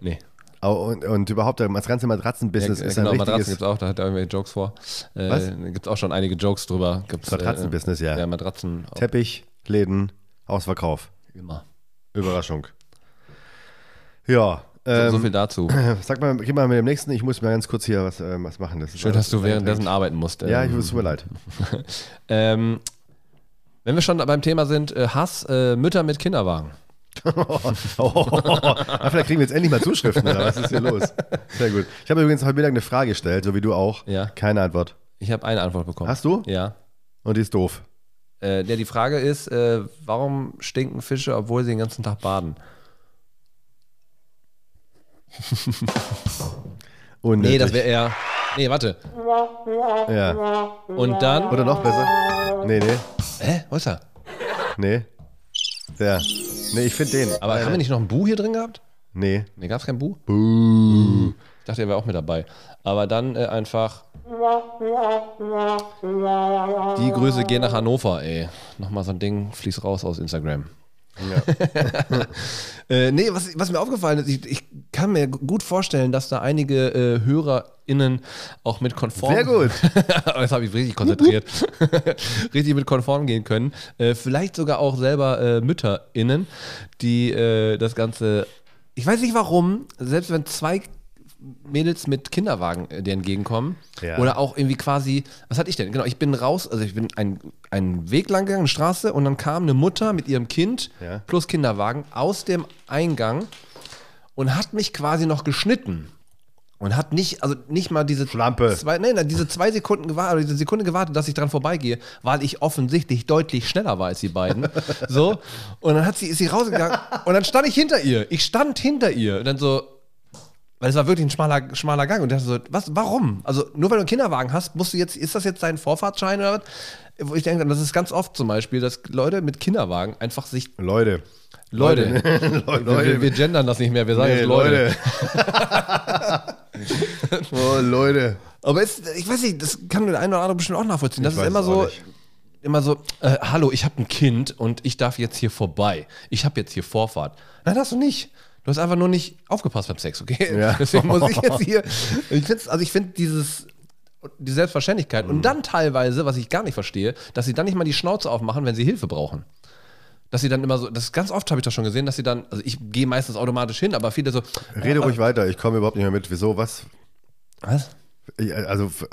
B: Nee.
A: Au- Und, und überhaupt das ganze Matratzenbusiness ist
B: genau,
A: ein
B: Matratzen
A: richtiges
B: gibt es auch, da hat er irgendwelche Jokes vor. Äh,
A: Was?
B: Gibt es auch schon einige Jokes drüber. Gibt's,
A: Matratzenbusiness,
B: äh,
A: ja.
B: ja, Matratzen auch
A: Teppich, Läden, Ausverkauf.
B: immer.
A: Überraschung. Ja.
B: So,
A: Ähm,
B: so viel dazu.
A: Sag mal, geh mal mit dem nächsten. Ich muss mal ganz kurz hier was, ähm, was machen. Das ist
B: Schön,
A: alles-
B: dass du währenddessen arbeiten musst.
A: Ja, ich,
B: Ähm,
A: es tut mir leid.
B: ähm, wenn wir schon beim Thema sind, äh, Hass, äh, Mütter mit Kinderwagen.
A: Oh. Ah, vielleicht kriegen wir jetzt endlich mal Zuschriften. Oder? Was ist hier los? Sehr gut. Ich habe übrigens heute Mittag eine Frage gestellt, so wie du auch.
B: Ja.
A: Keine Antwort.
B: Ich habe eine Antwort bekommen.
A: Hast du?
B: Ja.
A: Und die ist doof.
B: Äh, ja, die Frage ist, äh, warum stinken Fische, obwohl sie den ganzen Tag baden?
A: Unnötig.
B: Nee, das wäre eher. Nee, warte.
A: Ja.
B: Und dann.
A: Oder noch besser? Nee, nee.
B: Hä? Wo ist er?
A: Nee. Ja. Nee, ich finde den. Äh,
B: Aber haben wir nicht noch ein Bu hier drin gehabt?
A: Nee.
B: Nee, gab es kein Bu? Ich dachte, er wäre auch mit dabei. Aber dann äh, einfach. Die Grüße gehen nach Hannover, ey. Nochmal so ein Ding fließt raus aus Instagram. äh, nee, was, was mir aufgefallen ist, ich, ich kann mir gut vorstellen, dass da einige äh, HörerInnen auch mit konform.
A: Sehr gut.
B: Aber Jetzt habe ich mich richtig konzentriert. richtig mit konform gehen können. Äh, vielleicht sogar auch selber äh, MütterInnen, die äh, das Ganze. Ich weiß nicht warum, selbst wenn zwei Mädels mit Kinderwagen äh, dir entgegenkommen
A: Ja.
B: oder auch irgendwie quasi, was hatte ich denn? Genau, ich bin raus, also ich bin ein- einen Weg lang gegangen, eine Straße und dann kam eine Mutter mit ihrem Kind
A: Ja.
B: plus Kinderwagen aus dem Eingang und hat mich quasi noch geschnitten. Und hat nicht, also nicht mal diese
A: Schlampe.
B: Zwei, nein, nein, diese zwei Sekunden gewartet, diese Sekunde gewartet, dass ich dran vorbeigehe, weil ich offensichtlich deutlich schneller war als die beiden. So. Und dann hat sie, ist sie rausgegangen und dann stand ich hinter ihr. Ich stand hinter ihr. Und dann so, weil es war wirklich ein schmaler, schmaler Gang. Und ich dachte so, was, warum? Also nur weil du einen Kinderwagen hast, musst du jetzt, ist das jetzt dein Vorfahrtsschein oder was? Wo ich denke, das ist ganz oft zum Beispiel, dass Leute mit Kinderwagen einfach sich,
A: Leute.
B: Leute,
A: Leute.
B: Wir, wir gendern das nicht mehr, wir sagen
A: Nee,
B: jetzt Leute.
A: Leute. oh, Leute.
B: Aber es, ich weiß nicht, das kann der eine oder andere bestimmt auch nachvollziehen. Das
A: Ich
B: ist
A: weiß
B: immer
A: es auch
B: so,
A: nicht.
B: immer so, äh, hallo, ich habe ein Kind und ich darf jetzt hier vorbei. Ich habe jetzt hier Vorfahrt. Nein, hast du nicht. Du hast einfach nur nicht aufgepasst beim Sex, okay?
A: Ja.
B: Deswegen muss ich jetzt hier. Ich find's, also ich finde dieses die Selbstverständlichkeit
A: Mhm.
B: und dann teilweise, was ich gar nicht verstehe, dass sie dann nicht mal die Schnauze aufmachen, wenn sie Hilfe brauchen. Dass sie dann immer so, das ganz oft habe ich das schon gesehen, dass sie dann, also ich gehe meistens automatisch hin, aber viele so,
A: Rede ruhig weiter, ich komme überhaupt nicht mehr mit. Wieso, was?
B: was?
A: Ich, also, f-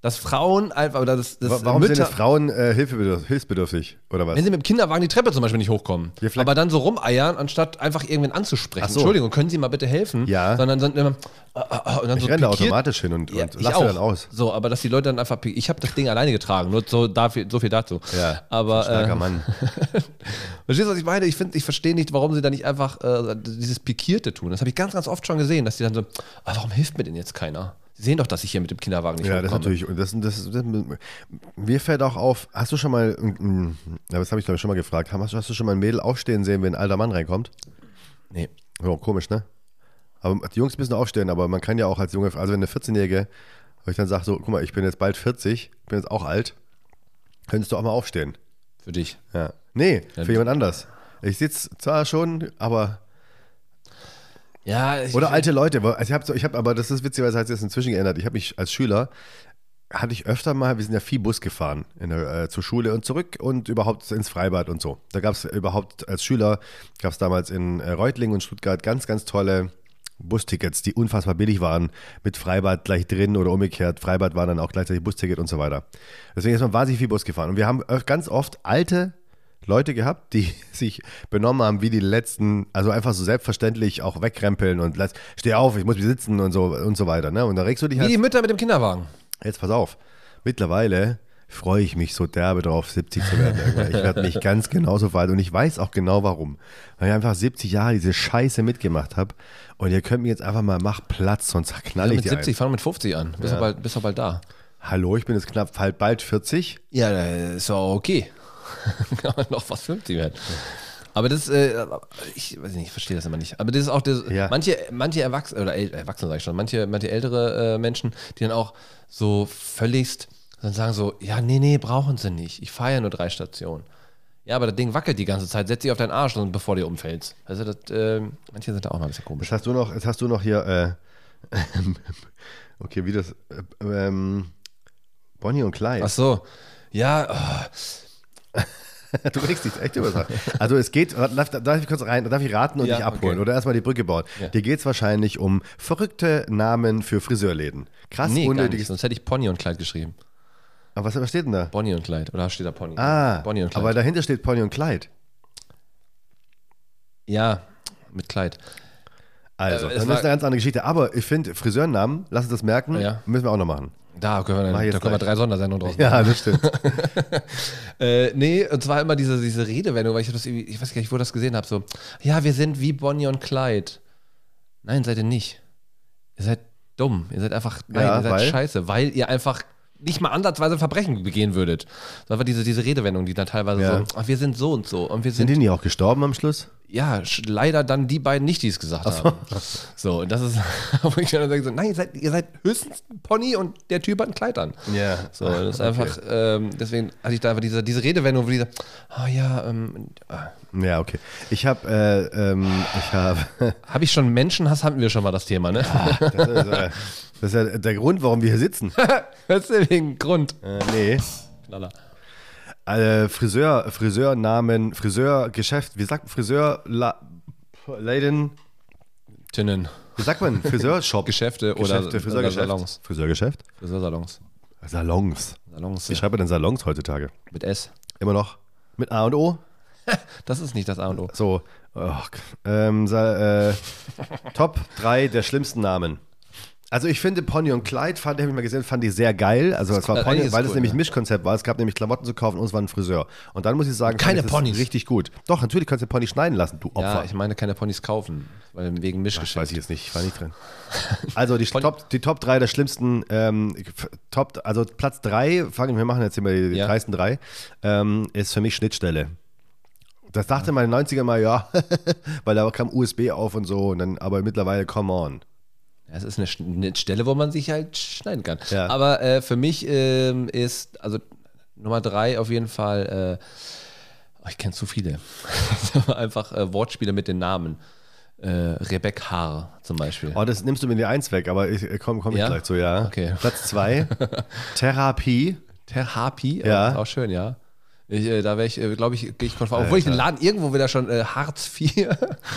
B: Dass Frauen einfach, oder das, das
A: wa- warum sind
B: Mütter-
A: denn Frauen äh, hilfebedürf hilfsbedürftig oder was?
B: Wenn sie mit dem Kinderwagen die Treppe zum Beispiel nicht hochkommen,
A: Ja, vielleicht-
B: aber dann so rumeiern, anstatt einfach irgendwen anzusprechen.
A: Ach so.
B: Entschuldigung, können Sie mal bitte helfen?
A: Ja.
B: Sondern sind immer. ah, ah, ah, Und dann
A: Ich
B: so
A: renne da
B: pikiert.
A: automatisch hin und, und
B: Ja, ich
A: lache
B: auch.
A: dann aus.
B: So, aber dass die Leute dann einfach. pik- Ich habe das Ding alleine getragen, nur so, dafür, so viel dazu.
A: Ja,
B: aber.
A: ein starker
B: äh,
A: Mann.
B: Verstehst du, was ich meine? Ich, find- ich verstehe nicht, warum sie da nicht einfach äh, dieses Pikierte tun. Das habe ich ganz, ganz oft schon gesehen, dass die dann so. Ah, warum hilft mir denn jetzt keiner? Sie sehen doch, dass ich hier mit dem Kinderwagen nicht
A: Ja, das ist
B: hochkomme.
A: natürlich. Und das, das, das, mir fällt auch auf, hast du schon mal, mm, ja, das habe ich glaube ich schon mal gefragt, hast, hast du schon mal ein Mädel aufstehen sehen, wenn ein alter Mann reinkommt?
B: Nee.
A: Ja, komisch, ne? Aber die Jungs müssen aufstehen, aber man kann ja auch als junge, also wenn eine 14-Jährige, wo ich dann sage, so, guck mal, ich bin jetzt bald 40, bin jetzt auch alt, könntest du auch mal aufstehen.
B: Für dich.
A: Ja. Nee,
B: Ja.
A: für jemand anders. Ich sitze zwar schon, aber.
B: Ja, ich,
A: Oder alte Leute. wo- Also ich habe ich hab, aber das ist witzigerweise hat sich das inzwischen geändert. Ich habe mich als Schüler, hatte ich öfter mal, wir sind ja viel Bus gefahren in der, äh, zur Schule und zurück und überhaupt ins Freibad und so. Da gab es überhaupt als Schüler, gab es damals in äh, Reutlingen und Stuttgart ganz, ganz tolle Bustickets, die unfassbar billig waren, mit Freibad gleich drin oder umgekehrt. Freibad war dann auch gleichzeitig Busticket und so weiter. Deswegen ist man wahnsinnig viel Bus gefahren. Und wir haben öf- ganz oft alte Leute gehabt, die sich benommen haben wie die letzten, also einfach so selbstverständlich auch wegrempeln und lass, steh auf, ich muss mich sitzen und so und so weiter. Ne? Und da regst du dich
B: wie
A: halt
B: die Mütter mit dem Kinderwagen.
A: Jetzt pass auf. Mittlerweile freue ich mich so derbe drauf, 70 zu werden. irgendwann. Ich werde mich ganz genauso verhalten und ich weiß auch genau warum. Weil ich einfach 70 Jahre diese Scheiße mitgemacht habe und ihr könnt mir jetzt einfach mal, mach Platz, sonst knall ich
B: Mit
A: dir
B: 70, fahren mit 50 an. Bist du bald, bist du bald
A: ein.
B: da.
A: Hallo, ich bin jetzt knapp halt bald 40.
B: Ja, da ist auch okay. Kann man noch was 50 werden. Aber das, äh, ich weiß nicht, ich verstehe das immer nicht. Aber das ist auch das,
A: Ja.
B: manche, manche Erwachsene, oder El äh, Erwachsene sage ich schon, manche, manche ältere äh, Menschen, die dann auch so völligst dann sagen so, ja, nee, nee, brauchen sie nicht. Ich fahre ja nur drei Stationen. Ja, aber das Ding wackelt die ganze Zeit. Setz dich auf deinen Arsch, und bevor du dir umfällst. Also das, ähm, manche sind da auch mal ein bisschen komisch.
A: Jetzt hast du noch, jetzt hast du noch hier, äh, okay, wie das, äh, ähm, Bonnie und Clyde.
B: Ach so. Ja, oh,
A: Du kriegst dich echt übersagt. Also es geht, darf, darf ich kurz rein, darf ich raten und
B: Ja,
A: dich abholen
B: okay.
A: oder erstmal die Brücke bauen.
B: Ja.
A: Dir geht es wahrscheinlich um verrückte Namen für Friseurläden. Krass
B: nee, gar nicht.
A: unnötiges.
B: Sonst hätte ich Pony und Kleid geschrieben.
A: Aber was, was steht denn da?
B: Bonnie und Clyde. Oder steht da Pony?
A: Ah,
B: Bonnie und Clyde.
A: aber dahinter steht Pony und Kleid.
B: ja, mit Kleid.
A: Also,
B: Äh, es
A: das ist
B: war-
A: eine ganz andere Geschichte. Aber ich finde, Friseurnamen, lass uns das merken,
B: Ja.
A: müssen wir auch noch machen.
B: Da können wir,
A: Mach
B: dann,
A: jetzt
B: da können wir
A: gleich.
B: drei Sondersendungen draus machen.
A: Ja, das stimmt.
B: Äh, nee, und zwar immer diese, diese Redewendung, weil ich hab das irgendwie, ich weiß gar nicht, wo ich das gesehen habe. So, ja, wir sind wie Bonnie und Clyde. Nein, seid ihr nicht. Ihr seid dumm. Ihr seid einfach, nein,
A: Ja,
B: ihr seid
A: weil?
B: scheiße, weil ihr einfach nicht mal ansatzweise Verbrechen begehen würdet. So einfach diese, diese Redewendung, die dann teilweise
A: Ja.
B: so, ach, wir sind so und so. Und wir
A: Sind
B: sind,
A: die nicht auch gestorben am Schluss?
B: ja, sch- leider dann die beiden nicht, die es gesagt haben. So, und das ist, wo ich dann sage, so, nein, ihr seid, ihr seid höchstens ein Pony und der Typ hat ein Kleid an.
A: Ja.
B: So, das ist einfach, ähm, deswegen hatte ich da einfach diese, diese Redewendung, wo dieser, ah ja, ähm, ah.
A: Ja, okay. Ich habe, äh, ähm, ich habe.
B: habe ich schon Menschenhass, hatten wir schon mal das Thema, ne?
A: das, ist, äh, das ist ja der Grund, warum wir hier sitzen.
B: das ist wegen Grund.
A: Äh, nee.
B: Knaller.
A: Äh, Friseur, Friseurnamen, Friseurgeschäft, wie sagt Friseur, La, Laden,
B: Tinnen,
A: wie sagt man? Friseurshop.
B: Geschäfte oder-
A: Geschäfte, Friseurgeschäft.
B: oder Salons.
A: Friseurgeschäft?
B: Friseursalons.
A: Salons.
B: Salons äh,
A: Ich schreibe denn Salons heutzutage.
B: mit S.
A: Immer noch. Mit A und O.
B: Das ist nicht das A und O.
A: So. Och, ähm, Sa- äh, Top 3 der schlimmsten Namen. Also ich finde Pony und Kleid, fand, habe ich mal gesehen, fand die sehr geil. Also es war
B: das
A: Pony,
B: eigentlich ist
A: weil es
B: cool,
A: nämlich
B: ja.
A: Mischkonzept war. Es gab nämlich Klamotten zu kaufen und es war ein Friseur. Und dann muss ich sagen,
B: Keine
A: fand ich
B: Ponys.
A: Das richtig gut. Doch, natürlich kannst du Pony schneiden lassen, du Opfer.
B: Ja, ich meine, keine Ponys kaufen, weil wegen
A: Das weiß
B: Mischgeschäft.
A: ich jetzt nicht, ich war nicht drin. Also die Top, die Top 3 der schlimmsten, ähm, f- Top, also Platz 3, fangen wir machen jetzt hier mal die
B: Ja.
A: dreisten drei, ähm, ist für mich Schnittstelle. Das dachte man in den 90ern mal, ja, weil da kam USB auf und so, und dann, aber mittlerweile, come on.
B: Es ist eine, Sch- eine Stelle, wo man sich halt schneiden kann.
A: Ja.
B: Aber äh, für mich ähm, ist, also Nummer drei auf jeden Fall, äh, oh, ich kenne zu viele. Einfach äh, Wortspiele mit den Namen. Äh, Rebecca Haar zum Beispiel.
A: Oh, das nimmst du mir die eins weg, aber ich komme komm ich
B: Ja?
A: gleich zu, ja.
B: Okay.
A: Platz 2, Therapie.
B: Therapie,
A: Ja.
B: äh, ist auch schön, ja. Ich, äh, da wäre ich, äh, glaube ich, gehe ich konform. Obwohl ich den Laden irgendwo wieder schon äh, Hartz IV.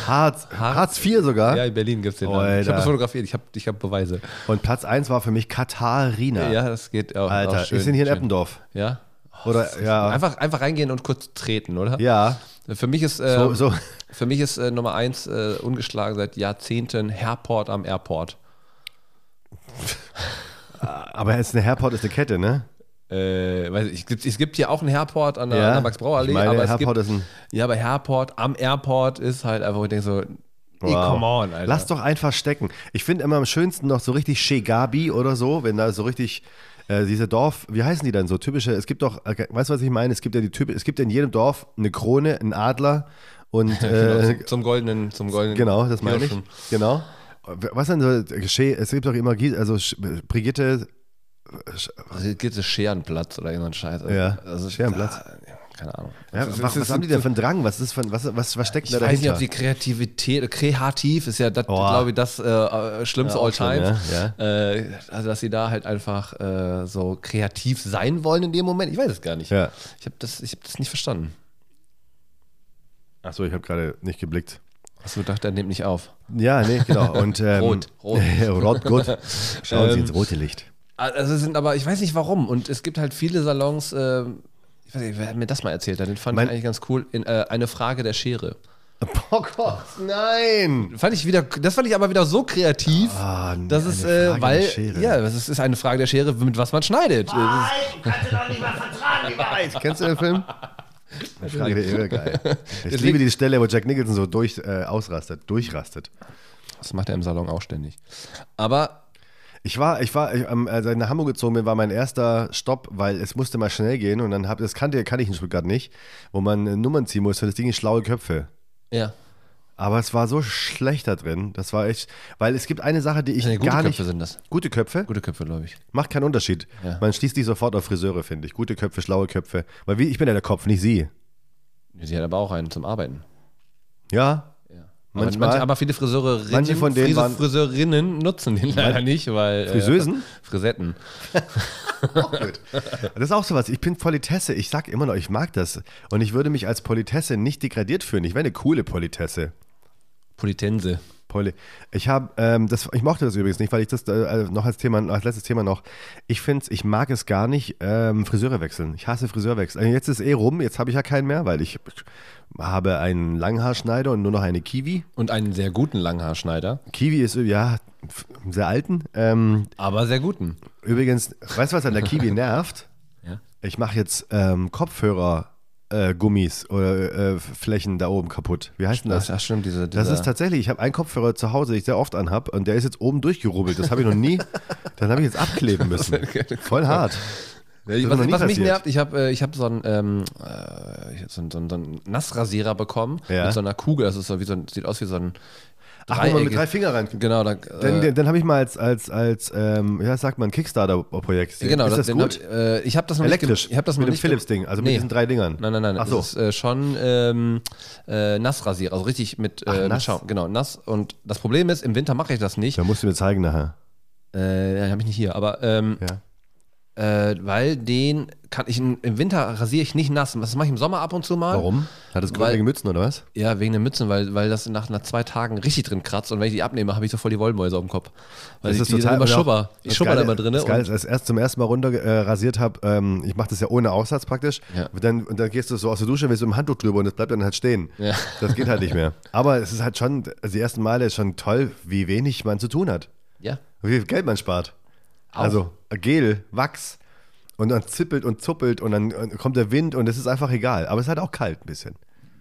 A: Hartz, Hartz, 4 sogar.
B: ja, in Berlin gibt es den
A: Oh,
B: Laden. Ich
A: Alter.
B: habe das fotografiert, ich habe ich hab Beweise.
A: Und Platz 1 war für mich Katharina.
B: Ja, das geht auch.
A: Alter,
B: auch schön,
A: wir sind hier in
B: schön.
A: Eppendorf.
B: Ja. Oh,
A: Oder, ja.
B: Einfach, einfach reingehen und kurz treten, oder?
A: Ja,
B: Für mich ist, äh,
A: so, so.
B: Für mich ist äh, Nummer eins äh, ungeschlagen seit Jahrzehnten Herport am Airport.
A: Aber es ist eine Herport ist eine Kette, ne?
B: Äh, weiß ich, es gibt- es gibt hier auch einen Herport an der,
A: Ja,
B: an der Max-Brauer-Allee,
A: ich meine,
B: aber
A: Herport
B: es
A: ist
B: gibt,
A: ein-
B: Ja, aber Herport am Airport ist halt einfach, wo ich denke so, ey,
A: Wow.
B: come on, Alter.
A: Lass doch einfach stecken. Ich finde immer am schönsten noch so richtig Shegabi oder so, wenn da so richtig äh, diese Dorf, wie heißen die dann so typische, es gibt doch, äh, weißt du, was ich meine? Es gibt ja die typ, es gibt ja in jedem Dorf eine Krone, einen Adler und
B: Genau,
A: äh,
B: zum, zum goldenen, zum goldenen.
A: genau, das meine ich.
B: Kirschen.
A: Genau. Was denn so geschehen? Es gibt doch immer, Gi- also Sch- Brigitte,
B: Also, hier gibt es Scherenplatz oder irgendein Scheiß. Also,
A: Ja,
B: also,
A: Scherenplatz.
B: Da, ja, keine Ahnung.
A: ja,
B: Also, es
A: was,
B: ist-
A: was haben die denn für einen Drang? Was ist von, was, was, was steckt
B: Ich
A: da
B: weiß nicht,
A: dahinter?
B: ob die Kreativität, kreativ ist ja, das,
A: Oh.
B: glaube ich, das äh, Schlimmste
A: Ja, auch
B: all
A: schon,
B: time.
A: ja,
B: Äh, also, dass sie da halt einfach äh, so kreativ sein wollen in dem Moment. Ich weiß es gar nicht.
A: Ja.
B: Ich habe das, ich hab das nicht verstanden.
A: Achso, ich habe gerade nicht geblickt.
B: Hast du gedacht, er nimmt nicht auf?
A: Ja, nee, genau. Und, ähm,
B: Rot, rot.
A: rot, gut. Schauen Sie
B: Ähm,
A: ins rote Licht.
B: Also es sind aber, ich weiß nicht warum. Und es gibt halt viele Salons, ähm, ich weiß nicht, wer hat mir das mal erzählt? hat? Den fand
A: Mein-
B: ich eigentlich ganz cool. In, äh, eine Frage der Schere.
A: Oh Gott, nein!
B: Fand ich wieder, das fand ich aber wieder so kreativ.
A: Ah, n-
B: Das
A: eine
B: ist,
A: Frage
B: äh,
A: der
B: weil,
A: Schere.
B: ja, das ist eine Frage der Schere, mit was man schneidet. Das
C: Nein, du kannst dir doch nicht mal vertragen, die Wahrheit.
A: Kennst du den Film? Eine Frage der Ehre, geil. Ich
B: Deswegen-
A: liebe die Stelle, wo Jack Nicholson so durch, äh, ausrastet, durchrastet.
B: ist- Das macht er im Salon auch ständig. Aber
A: Ich war, ich war, ich, ähm, als ich nach Hamburg gezogen bin, war mein erster Stopp, weil es musste mal schnell gehen und dann hab, das kannte, kann ich in Stuttgart nicht, wo man äh, Nummern ziehen musste, das Ding ist schlaue Köpfe.
B: ja,
A: Aber es war so schlecht da drin, das war echt, weil es gibt eine Sache, die ich
B: Nee, gute
A: gar
B: Köpfe
A: nicht...
B: sind das.
A: Gute Köpfe?
B: Gute Köpfe, glaube ich.
A: Macht keinen Unterschied.
B: Ja.
A: Man schließt dich sofort auf Friseure, finde ich. Gute Köpfe, schlaue Köpfe. Weil wie, ich bin ja der Kopf, nicht sie.
B: Sie hat aber auch einen zum Arbeiten.
A: Ja.
B: Aber
A: Manchmal-
B: manche, aber viele Friseurinnen,
A: Manche von denen waren-
B: Friseurinnen nutzen den leider nicht, weil äh,
A: Friseusen?
B: Frisetten.
A: Gut. Das ist auch sowas. Ich bin Politesse. Ich sag immer noch, ich mag das. Und ich würde mich als Politesse nicht degradiert fühlen. Ich wäre eine coole Politesse.
B: Politense.
A: Poli. Ich habe, ähm, das, ich mochte das übrigens nicht, weil ich das äh, noch als Thema, als letztes Thema noch. Ich finde, ich mag es gar nicht, ähm, Friseure wechseln. Ich hasse Friseurwechsel. Also jetzt ist eh rum. Jetzt habe ich ja keinen mehr, weil ich habe einen Langhaarschneider und nur noch eine Kiwi.
B: Und einen sehr guten Langhaarschneider,
A: Kiwi ist ja f- einen sehr alten. Ähm,
B: aber sehr guten.
A: übrigens, weißt du, was an der Kiwi nervt?
B: Ja.
A: Ich mache jetzt ähm, Kopfhörer. Äh, Gummis oder äh, Flächen da oben kaputt. Wie heißt denn das?
B: Das, ach, stimmt, diese, dieser,
A: Das ist tatsächlich, ich habe einen Kopfhörer zu Hause, den ich sehr oft anhab und der ist jetzt oben durchgerubbelt. Das habe ich noch nie, dann habe ich jetzt abkleben müssen. Voll hart.
B: Ich-
A: ist
B: was
A: noch nie
B: was mich
A: passiert.
B: nervt, ich habe äh, ich hab so einen ähm, äh, ich hab so einen- so einen- so einen Nassrasierer bekommen
A: Ja.
B: mit so einer Kugel. Das ist so wie so ein, sieht aus wie so ein
A: Ach, wo man
B: Dreieck-
A: mit drei Fingern rein.
B: Genau, da,
A: Den,
B: äh,
A: den, den habe ich mal als, als, als ähm, ja, sagt man, Kickstarter-Projekt.
B: genau,
A: ist das
B: den
A: gut?
B: Hab, äh, ich habe das noch
A: Elektrisch.
B: nicht gem- Ich habe das noch
A: mit dem
B: nicht gem-
A: Philips-Ding, also mit
B: Nee.
A: diesen drei Dingern.
B: Nein, nein, nein.
A: Ach so.
B: Das ist äh, schon ähm, äh, Nassrasierer, also richtig mit, äh, mit
A: nass.
B: Schaum. Genau, nass. Und das Problem ist, im Winter mache ich das nicht.
A: Da musst du mir zeigen nachher.
B: Äh, habe ich nicht hier, aber ähm,
A: Ja.
B: äh, weil den kann ich in, im Winter rasiere ich nicht nass. Das mache ich im Sommer ab und zu mal.
A: Warum? Hat das
B: Weil-
A: grüne Mützen oder was?
B: Ja, wegen der Mütze, weil, weil das nach, nach zwei Tagen richtig drin kratzt und wenn ich die abnehme, habe ich so voll die Wollmäuse auf dem Kopf. Weil ich, Also die sind immer
A: und auch-
B: schubber. Ich
A: genau das
B: schubber da
A: Geile-
B: immer drin.
A: Das Geile
B: Und,
A: ist, als ich erst zum ersten Mal runter äh, rasiert habe, ähm, ich mache das ja ohne Aussatz praktisch.
B: Ja.
A: Und, dann, und dann gehst du so aus der Dusche, willst du mit dem Handtuch drüber und das bleibt dann halt stehen.
B: Ja.
A: Das geht halt nicht mehr. Aber es ist halt schon, also die ersten Male ist schon toll, wie wenig man zu tun hat.
B: ja.
A: Wie viel Geld man spart. Also Gel, Wachs und dann zippelt und zuppelt und dann äh, kommt der Wind und es ist einfach egal. Aber es ist halt auch kalt ein bisschen.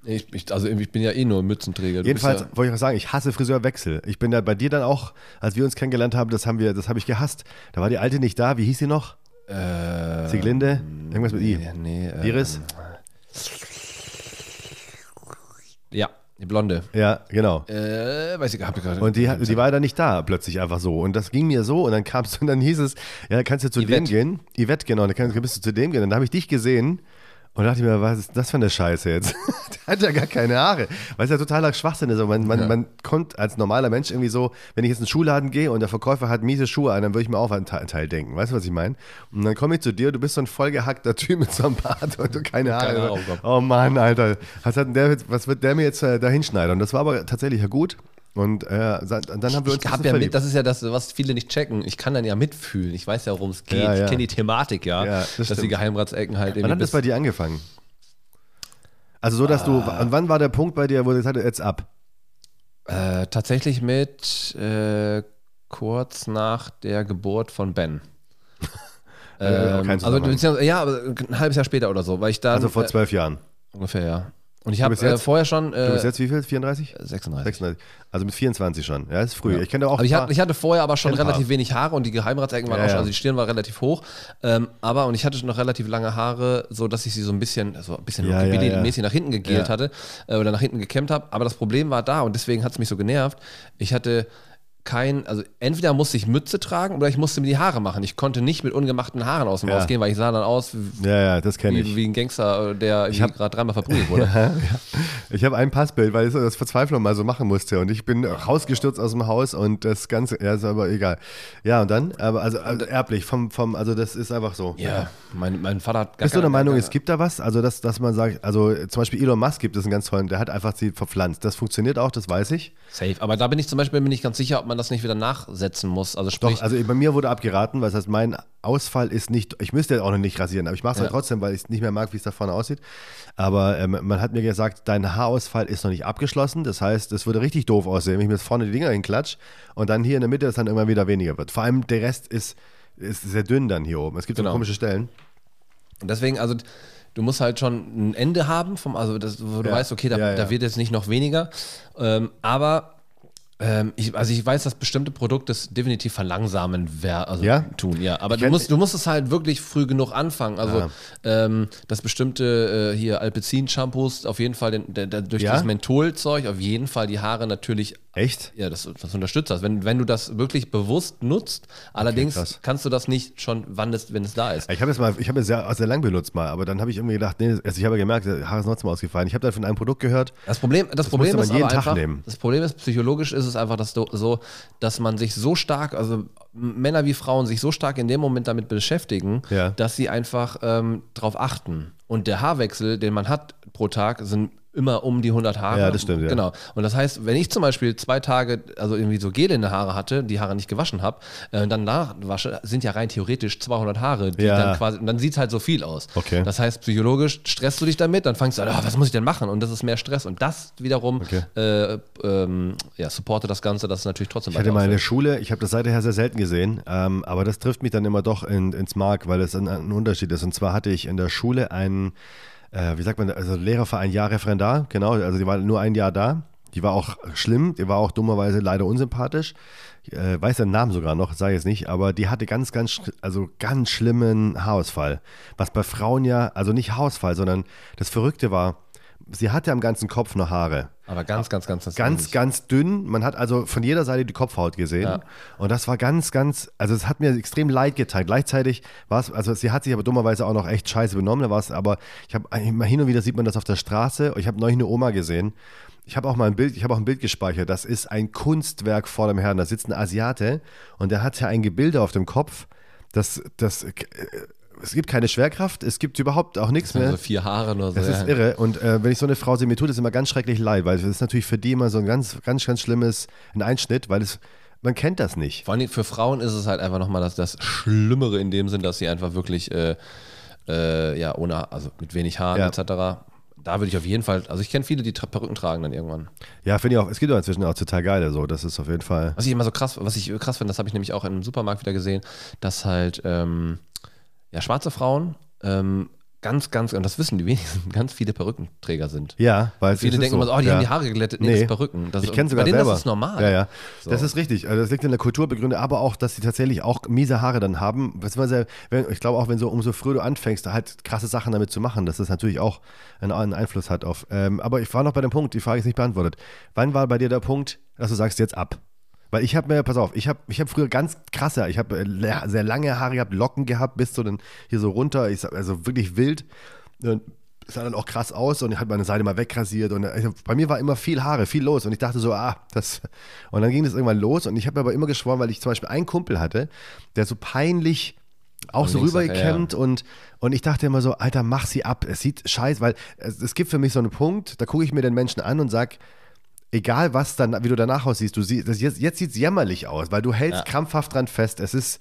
B: Ich, ich, also ich bin ja eh nur Mützenträger. Du bist
A: Jedenfalls
B: Ja,
A: wollte ich auch sagen, ich hasse Friseurwechsel. Ich bin da bei dir dann auch, als wir uns kennengelernt haben, das haben wir, das habe ich gehasst. Da war die alte nicht da, wie hieß sie noch? Äh, Sieglinde? Irgendwas mit I.
B: Ja, Ähm, nee, äh,
A: Iris?
B: ja, die Blonde.
A: Ja, genau.
B: Äh, weiß ich, hab ich gerade.
A: Und die, hat- die war da nicht da, plötzlich einfach so. Und das ging mir so. Und dann kamst du und dann hieß es, ja, kannst du zu dem
B: Yvette.
A: gehen? Yvette, genau, dann kannst, bist du zu dem gehen. Und dann habe ich dich gesehen und dachte mir, was ist das für eine Scheiße jetzt? Der hat ja gar keine Haare. Weil es ja totaler Schwachsinn ist. Und man, man, man kommt als normaler Mensch irgendwie so, wenn ich jetzt in den Schuhladen gehe und der Verkäufer hat miese Schuhe an, dann würde ich mir auch einen Teil, einen Teil denken. Weißt du, was ich meine? Und dann komme ich zu dir, du bist so ein vollgehackter Typ mit so einem Bart und du keine Haare.
B: Keine Haare auf dem Kopf.
A: Oh Mann, Alter. Was, hat denn der, jetzt- was wird der mir jetzt äh, da hinschneiden? Und das war aber tatsächlich ja gut. Und äh, sa- dann haben wir uns
B: ich hab ja mit, das ist ja das, was viele nicht checken. Ich kann dann ja mitfühlen. Ich weiß ja, worum es geht.
A: Ja, ja.
B: Ich kenne die Thematik ja,
A: Ja, das
B: dass die
A: stimmt.
B: Geheimratsecken halt
A: Wann hat das bei dir angefangen? Also so, dass du,
B: Ah.
A: und wann war der Punkt bei dir, wo du gesagt hast, jetzt ab?
B: Äh, tatsächlich mit äh, kurz nach der Geburt von Ben.
A: auch
B: Ähm,
A: Äh, kein
B: also
A: Zusammenhang.
B: beziehungsweise, ja, aber ein halbes Jahr später oder so, weil ich dann
A: Also vor
B: äh,
A: zwölf Jahren.
B: ungefähr ja. Und ich habe
A: bist
B: äh,
A: jetzt-
B: vorher schon
A: Du bist
B: äh,
A: jetzt wie viel? 34?
B: 36.
A: 36. Also mit 24 schon. Ja, ist früh. Ich kenne da auch
B: Aber ich,
A: ein
B: hatte, ich hatte vorher aber schon
A: Kennt
B: relativ
A: Haare.
B: wenig Haare und die Geheimratsecken waren
A: Ja,
B: auch schon,
A: ja.
B: also die Stirn war relativ hoch. Ähm, aber und ich hatte schon noch relativ lange Haare, so dass ich sie so ein bisschen, so ein bisschen
A: Ja, ja,
B: rockabilly-mäßig
A: ja.
B: nach hinten gegelt
A: Ja.
B: hatte äh, oder nach hinten gekämmt habe. Aber das Problem war da und deswegen hat es mich so genervt. Ich hatte kein, also entweder musste ich Mütze tragen oder ich musste mir die Haare machen. Ich konnte nicht mit ungemachten Haaren aus dem
A: Ja.
B: Haus gehen, weil ich sah dann aus
A: ja, ja, das kenne
B: wie,
A: ich.
B: wie ein Gangster, äh, der irgendwie gerade dreimal verprügelt wurde.
A: Ich habe ein Passbild, weil ich so das Verzweiflung mal so machen musste. Und ich bin rausgestürzt aus dem Haus und das Ganze, ja, ist aber egal. Ja, und dann? Aber also, also erblich, vom, vom, also das ist einfach so.
B: Ja, mein, mein Vater hat gar
A: Bist du der
B: keine-
A: Meinung,
B: gar-
A: es gibt da was? Also, dass, dass man sagt, also äh, zum Beispiel Elon Musk gibt es einen ganz tollen, der hat einfach sie verpflanzt. Das funktioniert auch, das weiß ich.
B: Safe. Aber da bin ich zum Beispiel mir nicht ganz sicher, ob man das nicht wieder nachsetzen muss. Also sprich,
A: Doch, also bei mir wurde abgeraten, weil das heißt, mein Ausfall ist nicht, ich müsste ja auch noch nicht rasieren, aber ich mache es halt trotzdem, weil ich es nicht mehr mag, wie es da vorne aussieht. Aber ähm, man hat mir gesagt, dein Haarausfall ist noch nicht abgeschlossen. Das heißt, es würde richtig doof aussehen, wenn ich mir jetzt vorne die Dinger hinklatsche und dann hier in der Mitte es dann irgendwann wieder weniger wird. Vor allem der Rest ist, ist sehr dünn dann hier oben. Es gibt
B: Genau.
A: so komische Stellen.
B: und deswegen, also du musst halt schon ein Ende haben, vom, also das, wo du
A: Ja.
B: weißt, okay, da,
A: Ja, ja.
B: da wird jetzt nicht noch weniger. Ähm, aber ähm, ich, also ich weiß, dass bestimmte Produkte es definitiv verlangsamen wer, also
A: Ja?
B: tun, ja. Aber
A: Ich Ah.
B: du
A: kenn-
B: musst, du musst es halt wirklich früh genug anfangen. Also ähm, dass bestimmte äh, hier Alpecin-Shampoos auf jeden Fall den, der, der, durch
A: Ja?
B: das Mentholzeug auf jeden Fall die Haare natürlich
A: Echt?
B: Ja, das, das unterstützt das. Wenn, wenn du das wirklich bewusst nutzt, allerdings
A: krass.
B: kannst du das nicht schon, wann das, wenn es da ist.
A: Ich habe es mal, ich habe es sehr, sehr lang benutzt mal, aber dann habe ich irgendwie gedacht, nee, also ich habe gemerkt, der Haare ist trotzdem ausgefallen. Ich habe dann von einem Produkt gehört,
B: Das Problem, das Problem
A: musste
B: ist
A: man jeden
B: aber
A: Tag
B: einfach,
A: nehmen.
B: das Problem ist, psychologisch ist es einfach dass du, so, dass man sich so stark, also Männer wie Frauen sich so stark in dem Moment damit beschäftigen,
A: Ja.
B: dass sie einfach ähm, drauf achten. Und der Haarwechsel, den man hat pro Tag, sind immer um die 100 Haare.
A: Ja, das stimmt, ja.
B: Genau. Und das heißt, wenn ich zum Beispiel zwei Tage, also irgendwie so Gel in den Haare hatte, die Haare nicht gewaschen habe, äh, und dann nachwasche, sind ja rein theoretisch 200 Haare, die
A: Ja.
B: dann quasi, und dann sieht es halt so viel aus.
A: Okay.
B: Das heißt, psychologisch stresst du dich damit, dann fangst du an, ah, was muss ich denn machen? Und das ist mehr Stress. Und das wiederum
A: Okay.
B: äh, ähm, ja, supporte das Ganze, dass es natürlich trotzdem
A: Ich hatte mal in
B: ausfällt.
A: der Schule, ich habe das seither sehr selten gesehen, ähm, aber das trifft mich dann immer doch in, ins Mark, weil das ein, ein Unterschied ist. Und zwar hatte ich in der Schule einen, äh, wie sagt man, also Lehrer für ein Jahr Referendar, genau, also die war nur ein Jahr da. Die war auch schlimm, die war auch dummerweise leider unsympathisch. Ich, Äh, weiß den Namen sogar noch, sage ich es nicht, aber die hatte ganz, ganz, sch- also ganz schlimmen Haarausfall. Was bei Frauen ja, also nicht Haarausfall, sondern das Verrückte war, sie hatte am ganzen Kopf noch Haare
B: Aber ganz, ganz, ganz, ganz,
A: ganz,
B: wenig.
A: ganz dünn. Man hat also von jeder Seite die Kopfhaut gesehen.
B: Ja.
A: Und das war ganz, ganz, also es hat mir extrem leid getan. Gleichzeitig war es, also sie hat sich aber dummerweise auch noch echt scheiße benommen. Da war es, aber ich habe immer hin und wieder sieht man das auf der Straße. Ich habe neulich eine Oma gesehen. Ich habe auch mal ein Bild, ich habe auch ein Bild gespeichert. Das ist ein Kunstwerk vor dem Herrn. Da sitzt ein Asiate und der hat ja ein Gebilde auf dem Kopf. Das, das, äh, es gibt keine Schwerkraft, es gibt überhaupt auch nichts mehr.
B: also vier Haare oder so.
A: Das
B: ja.
A: ist irre. Und äh, wenn ich so eine Frau sehe, mir tut es immer ganz schrecklich leid, weil es ist natürlich für die immer so ein ganz, ganz, ganz schlimmes ein Einschnitt, weil es, man kennt das nicht.
B: Vor allem für Frauen ist es halt einfach nochmal das, das Schlimmere in dem Sinn, dass sie einfach wirklich äh, äh, ja ohne, also mit wenig Haaren
A: Ja.
B: etc. da würde ich auf jeden Fall, also ich kenne viele, die tra Perücken tragen dann irgendwann.
A: Ja, finde ich auch. Es gibt ja inzwischen auch total geile so. Das ist auf jeden Fall.
B: Was ich immer so krass, was ich krass finde, das habe ich nämlich auch im Supermarkt wieder gesehen, dass halt ähm, ja, schwarze Frauen ähm, ganz, ganz, und das wissen die wenigsten, ganz viele Perückenträger sind.
A: Ja, weil es- es
B: Viele
A: ist
B: denken immer so, oh, die
A: ja.
B: haben die Haare geglättet, nee,
A: Nee.
B: das ist Perücken. Das,
A: ich kenne sogar
B: Bei denen
A: selber.
B: das ist normal.
A: Ja, ja.
B: So.
A: Das ist richtig. Also das liegt in der Kultur begründet, aber auch, dass sie tatsächlich auch miese Haare dann haben. Beziehungsweise, wenn, ich glaube auch, wenn so umso früher du anfängst, halt krasse Sachen damit zu machen, dass das natürlich auch einen, einen Einfluss hat auf. Ähm, aber ich war noch bei dem Punkt, die Frage ist nicht beantwortet. Wann war bei dir der Punkt, dass du sagst jetzt ab? Weil ich habe mir, pass auf, ich habe ich hab früher ganz krasser, ich habe sehr lange Haare gehabt, Locken gehabt, bis zu den hier so runter, ich, sag- also wirklich wild. Und es sah dann auch krass aus und ich hatte meine Seite mal wegrasiert und äh, bei mir war immer viel Haare, viel los und ich dachte so, ah, das. Und dann ging das irgendwann los und ich habe mir aber immer geschworen, weil ich zum Beispiel einen Kumpel hatte, der so peinlich auch so
B: links nachher, ja.
A: rübergekämmt und, und, und ich dachte immer so, Alter, mach sie ab. Es sieht scheiße, weil es, es gibt für mich so einen Punkt, da gucke ich mir den Menschen an und sag, egal was dann, wie du danach aussiehst, du siehst, das, jetzt, jetzt sieht es jämmerlich aus, weil du hältst krampfhaft dran fest. Es ist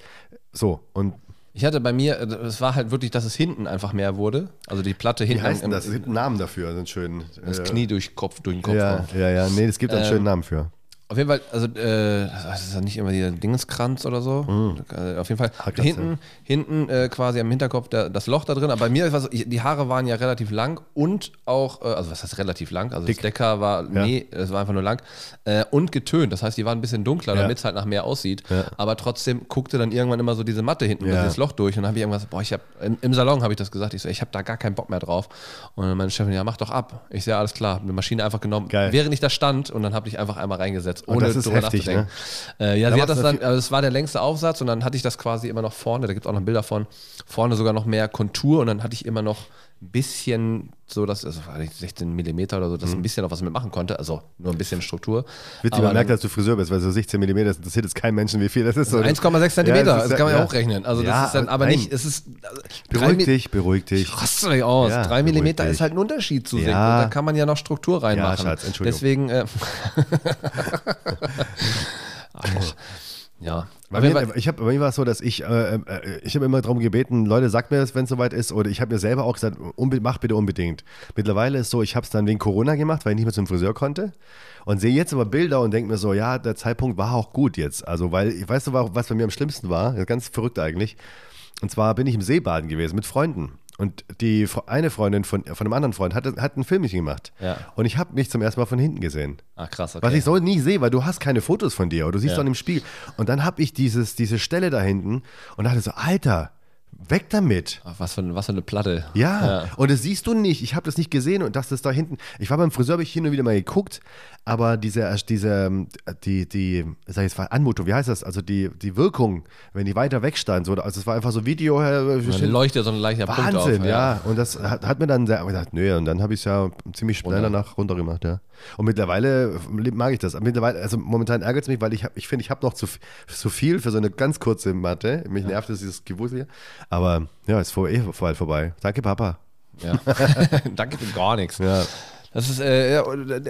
A: so. Und
B: Ich hatte bei mir, äh, es war halt wirklich, dass es hinten einfach mehr wurde. Also die Platte
A: wie
B: hinten
A: heißt denn
B: am-
A: das? Es gibt einen Namen dafür, so einen schönen.
B: das Ähm,
A: äh,
B: Knie durch Kopf, durch den Kopf.
A: Ja,
B: auch.
A: ja, ja. Nee, es gibt einen schönen Namen für.
B: Auf jeden Fall, also äh, das ist ja nicht immer dieser Dingenskranz oder so.
A: Mhm.
B: Also, auf jeden Fall
A: Haarkranz,
B: hinten, hinten äh, quasi am Hinterkopf der, das Loch da drin. Aber bei mir war so, ich, die Haare waren ja relativ lang und auch, äh, also was heißt relativ lang? Also das Decker war, nee, es war einfach nur lang äh, und getönt. Das heißt, die waren ein bisschen dunkler,
A: Ja.
B: damit es halt nach mehr aussieht. Aber trotzdem guckte dann irgendwann immer so diese Matte hinten, durch
A: Ja.
B: dieses Loch durch. Und dann habe ich irgendwas, boah, ich habe im, im Salon habe ich das gesagt. Ich so, ich habe da gar keinen Bock mehr drauf. Und meine Chefin, ja, mach doch ab. Ich sehe ja, alles klar, hab eine Maschine einfach genommen.
A: Geil.
B: Während ich da stand und dann habe ich einfach einmal reingesetzt
A: Und
B: ohne
A: das ist
B: drüber
A: heftig, ne?
B: nachzudenken. Äh, ja,
A: Da
B: sie
A: machst
B: hat das
A: du
B: dann,
A: viel-
B: also es war der längste Aufsatz und dann hatte ich das quasi immer noch vorne, da gibt es auch noch Bilder von, vorne sogar noch mehr Kontur und dann hatte ich immer noch ein bisschen so, dass, also war nicht 16 Millimeter oder so,
A: Mhm.
B: dass ich ein bisschen noch was mitmachen konnte, also nur ein bisschen Struktur.
A: Witzig,
B: Aber
A: man merkt,
B: dann-
A: dass du Friseur bist, weil so 16 mm das interessiert jetzt keinen Menschen, wie viel das ist. oder?
B: 1,6 Zentimeter,
A: Ja, es
B: das,
A: ist
B: kann man ja,
A: ja-
B: auch rechnen. Also
A: Ja,
B: das ist dann aber
A: nein.
B: nicht, es ist also, drei
A: Beruhig
B: Mi-
A: dich, beruhig dich.
B: Rast du dich aus.
A: Ja,
B: Drei Millimeter
A: beruhig
B: ist halt ein Unterschied zu
A: Ja.
B: sehen. Da kann man ja noch Struktur reinmachen.
A: Schatz, Entschuldigung.
B: Deswegen. Äh, Arschloch. ja.
A: Bei mir, ich hab, bei mir war es so, dass ich, äh, äh, ich habe immer darum gebeten, Leute, sagt mir das, wenn es soweit ist. Oder ich habe mir selber auch gesagt, unbe- mach bitte unbedingt. Mittlerweile ist so, ich habe es dann wegen Corona gemacht, weil ich nicht mehr zum Friseur konnte. Und sehe jetzt aber Bilder und denke mir so, ja, der Zeitpunkt war auch gut jetzt. Also, weil, ich weißt du, wa- was bei mir am schlimmsten war? Das ist Ganz verrückt eigentlich. Und zwar bin ich im Seebaden gewesen mit Freunden. Und die Fre- eine Freundin von, von einem anderen Freund hat, hat ein Filmchen gemacht.
B: Ja.
A: Und ich habe mich zum ersten Mal von hinten gesehen.
B: ah, krass, okay.
A: Was ich so nie sehe, weil du hast keine Fotos von dir oder du siehst auch im Spiegel. Und dann habe ich dieses, diese Stelle da hinten und dachte so, Alter, weg damit.
B: Ach, was, für, ein- was für eine Platte.
A: Ja, und das siehst du nicht. Ich habe das nicht gesehen und das ist da hinten. Ich war beim Friseur, habe ich hin und wieder mal geguckt, aber diese, äh, diese, ähm, die, die, sag ich jetzt mal, Anmutung, wie heißt das? Also die, die Wirkung, wenn die weiter weg stand, so, also es war einfach so Video, äh,
B: Dann leuchtet so ein leichter
A: Wahnsinn,
B: Punkt auf.
A: ja. Und das hat, hat mir dann sehr aber gesagt, nö, und dann habe ich es ja ziemlich schnell danach runtergemacht, ja. Und mittlerweile mag ich das. Mittlerweile, also momentan ärgert es mich, weil ich hab, ich finde, ich habe noch zu, f- zu viel für so eine ganz kurze Matte. Mich nervt es, dieses Gewusel hier. Aber ja, ist vor, eh bald vorbei. Danke, Papa.
B: ja. Danke für gar nichts.
A: Ja.
B: Das ist äh, ja,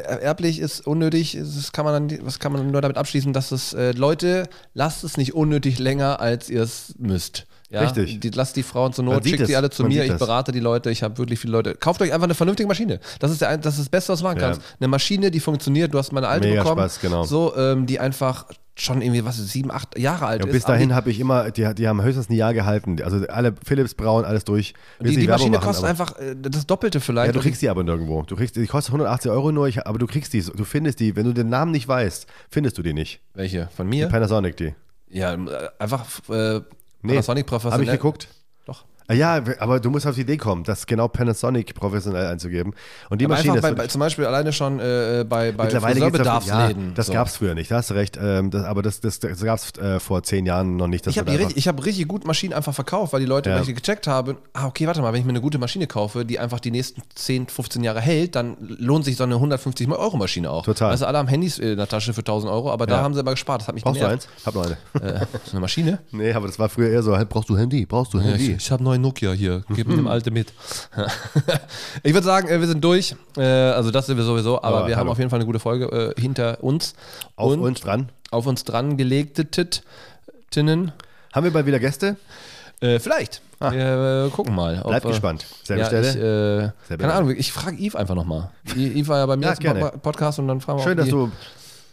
B: erblich ist unnötig. Das kann man dann, was kann man nur damit abschließen, dass es äh, Leute lasst es nicht unnötig länger, als ihr es müsst. Ja?
A: Richtig.
B: Die, lasst die Frauen zur
A: Man
B: Not,
A: sieht
B: schickt
A: es,
B: die alle zu
A: man
B: mir.
A: sieht
B: Ich
A: das.
B: berate die Leute. Ich habe wirklich viele Leute. Kauft euch einfach eine vernünftige Maschine. Das ist, der, ein- das, ist das Beste, was du machen
A: Ja.
B: kannst. Eine Maschine, die funktioniert. Du hast meine alte
A: Mega
B: bekommen.
A: Spaß, genau.
B: So, ähm, die einfach schon irgendwie was sieben, acht Jahre alt
A: Ja,
B: ist.
A: bis
B: aber
A: dahin habe ich immer, die, die haben höchstens ein Jahr gehalten. Also alle Philips Braun, alles durch. Will
B: die,
A: jetzt
B: die, die
A: nicht Werbung
B: Maschine
A: machen,
B: kostet
A: aber-
B: einfach äh, das Doppelte vielleicht.
A: Ja, du
B: Und
A: kriegst die aber nirgendwo. Du kriegst, die kostet 180 Euro nur, ich, aber du kriegst die, du findest die, wenn du den Namen nicht weißt, findest du die nicht.
B: welche? Von mir?
A: Panasonic die.
B: Ja, äh, einfach äh, Panasonic
A: Habe ich
B: professionell.
A: geguckt.
B: Doch.
A: Ah Ja, aber du musst auf die Idee kommen, das genau Panasonic professionell einzugeben. Und die
B: Aber
A: Maschine
B: einfach
A: ist
B: bei, bei, zum Beispiel alleine schon äh, bei, bei
A: gibt's davon-
B: Friseurbedarfsläden.
A: Ja, das
B: so.
A: gab es früher nicht, da hast du recht. Ähm, das, aber das, das, das gab es äh, vor zehn Jahren noch nicht. dass
B: Ich
A: du
B: habe
A: da
B: richtig,
A: einfach-
B: ich hab richtig gut Maschinen einfach verkauft, weil die Leute,
A: Ja.
B: welche gecheckt haben, ah, okay, warte mal, wenn ich mir eine gute Maschine kaufe, die einfach die nächsten 10, 15 Jahre hält, dann lohnt sich so eine 150 Euro Maschine auch.
A: Total.
B: Also alle haben Handys in der Tasche für 1000 Euro, aber da
A: Ja.
B: haben sie aber gespart. Das hat mich
A: Brauchst du
B: genervt.
A: eins? Hab noch eine.
B: Äh, so eine Maschine?
A: Nee, aber das war früher eher so, hey, brauchst du Handy, brauchst du
B: Ja, ich
A: Handy.
B: Oh ich habe neuen Nokia hier. Gib mir
A: Mhm.
B: dem alte mit. ich würde sagen, äh, wir sind durch. Äh, also das sind wir sowieso, aber
A: Aber
B: wir haben
A: hallo.
B: auf jeden Fall eine gute Folge äh, hinter uns.
A: auf
B: Und-
A: uns dran.
B: auf uns dran gelegte Tinnen.
A: Haben wir bald wieder Gäste?
B: Äh, vielleicht. Wir äh, gucken mal. ob
A: Bleibt
B: wir-
A: gespannt. Selbe
B: ja,
A: Stelle.
B: Ich, äh,
A: Selbe
B: keine
A: Welle.
B: Ahnung, ich frage Yves einfach nochmal. Yves war ja bei mir
A: Ja,
B: jetzt im
A: gerne.
B: Pod- Podcast und dann fragen wir
A: Schön,
B: ob
A: dass
B: die-
A: du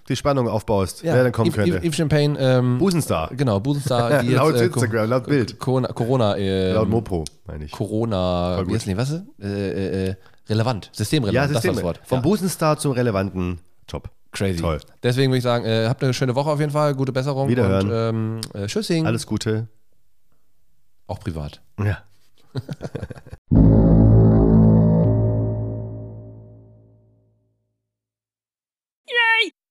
A: die Spannung aufbaust,
B: ja,
A: wer dann kommen
B: Yves,
A: könnte.
B: Yves, Yves Champagne. Ähm,
A: Busenstar.
B: Genau, Busenstar. die
A: laut
B: äh, Co-
A: Instagram, laut Bild,
B: Corona, Corona, äh,
A: laut Mopo, meine ich.
B: Corona,
A: gut.
B: wie heißt denn die, was? ist? Äh, äh, äh, relevant,
A: Ja,
B: systemrelevant, das war
A: Systeme.
B: das Wort.
A: Vom
B: Ja.
A: Busenstar zum relevanten Job.
B: Crazy.
A: Toll.
B: Deswegen würde ich sagen, äh, habt eine schöne Woche auf jeden Fall, gute Besserung
A: Wiederhören.
B: Mhm. und ähm, äh, Tschüssing.
A: Alles Gute.
B: Auch privat.
A: Ja.